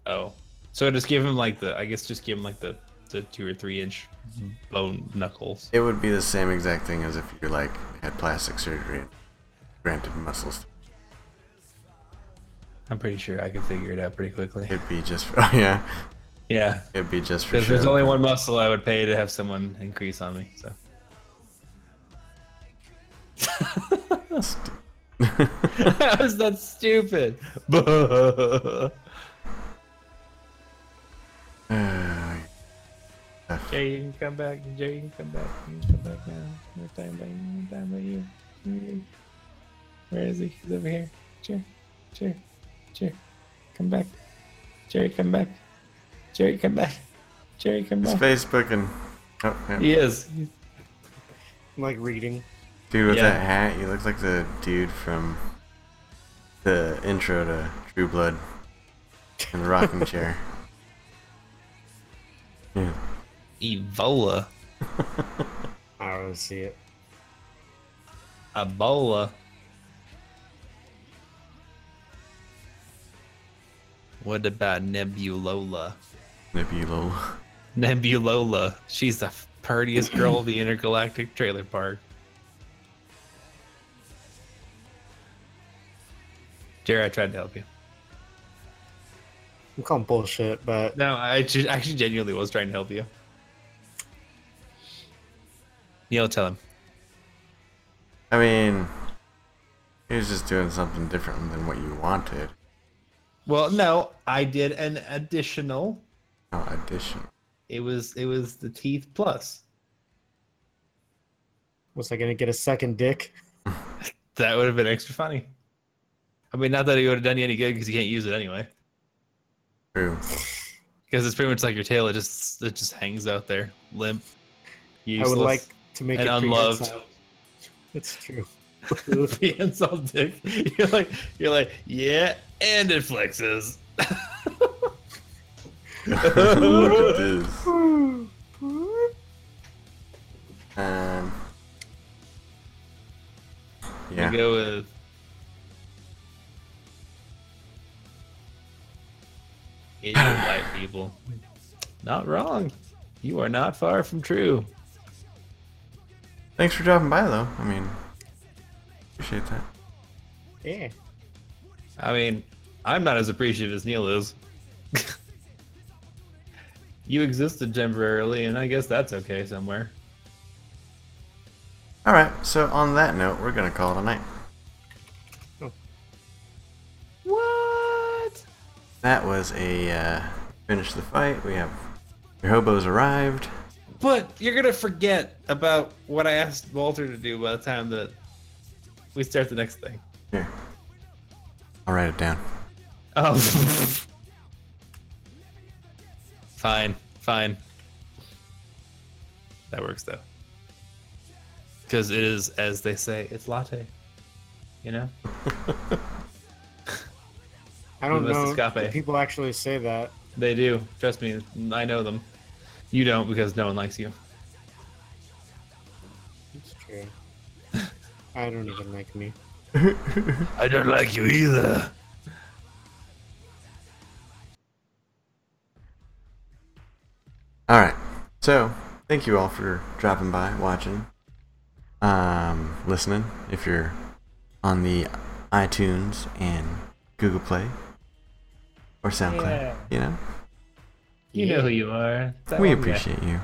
Oh, so just give him like the. I guess just give him like the the two or three inch bone knuckles.
It would be the same exact thing as if you like had plastic surgery and granted muscles.
I'm pretty sure I can figure it out pretty quickly.
It'd be just for, oh yeah,
Yeah,
it'd be just for
because
sure.
there's only one muscle I would pay to have someone increase on me. So that was that stupid. Jay, you can come back. Jay, you can come back. You can come back now. We're talking about you. We're talking about you. Where are you? Where is he? He's over here. Jerry, Jerry, Jerry, come back. Jerry, come back. Jerry, come back. Jerry, come
It's
back.
Facebook and oh, yeah.
He is. He's-
I'm like reading.
dude with
Yeah.
that hat. You look like the dude from the intro to True Blood in the rocking chair. Yeah.
Evola.
All don't want to see it.
Ebola. What about Nebulola?
Nebulola.
Nebulola. She's the prettiest girl of the intergalactic trailer park. Jerry, I tried to help you.
I'm calling bullshit, but
No, I ju- actually genuinely was trying to help you. Neil, tell him.
I mean, he was just doing something different than what you wanted.
Well, no, I did an additional.
No addition.
It was it was the teeth plus.
was I gonna get a second dick?
That would have been extra funny. I mean, not that it would have done you any good because you can't use it anyway.
True.
Because it's pretty much like your tail; it just it just hangs out there, limp,
I
useless,
would like to make
and
it
unloved.
prehensile. That's true.
Hands all dick. You're like you're like yeah, and it flexes.
Look at this. Um.
We
Yeah.
go with Asian white people. Not wrong. You are not far from true.
Thanks for dropping by, though. I mean, appreciate that.
Yeah.
I mean, I'm not as appreciative as Neil is. you existed temporarily, and I guess that's okay somewhere.
All right. So on that note, we're gonna call it a night.
What?
That was a uh, finish the fight. We have your hobos arrived.
But you're gonna forget about what I asked Walter to do by the time that we start the next thing.
Here. I'll write it down.
Oh. fine, fine. That works though. Because it is, as they say, it's latte. You know?
I don't
Unless
know.
it's
if
Scape.
People actually say that.
They do. Trust me, I know them. You don't because no one likes you.
It's true. I don't even like me.
I don't like you either.
All right. So thank you all for dropping by, watching, um, listening. If you're on the iTunes and Google Play or SoundCloud,
Yeah.
you know,
You know who you are. That
we
one guy.
appreciate you.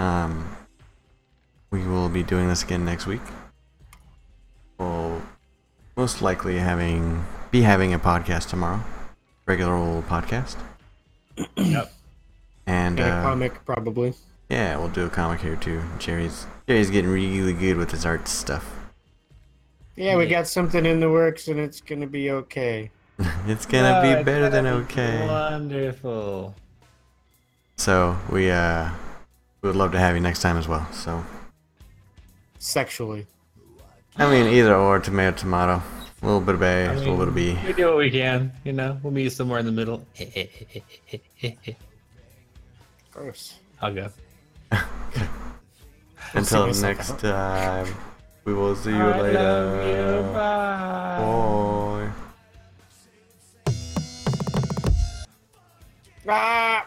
Um, we will be doing this again next week. We'll most likely having be having a podcast tomorrow, regular old podcast.
Yep.
And
And a
uh,
comic, probably.
Yeah, we'll do a comic here too. Jerry's Jerry's getting really good with his art stuff.
Yeah, we got something in the works, and it's gonna be okay.
It's gonna
Oh,
be
it's
better than
gonna be uh.
okay.
Wonderful.
So we uh we would love to have you next time as well. So
Sexually.
I mean either or tomato tomato. A little bit of A,
I
a little bit of B.
mean, We do what we can, you know. We'll meet somewhere in the middle.
Gross.
I'll go.
Until
myself
next
out.
time. We will see you later.
Bye.
Bye.
Ah!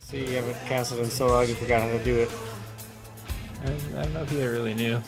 See, you haven't cast it in so long, you forgot how to do it.
I, I don't know if you really knew.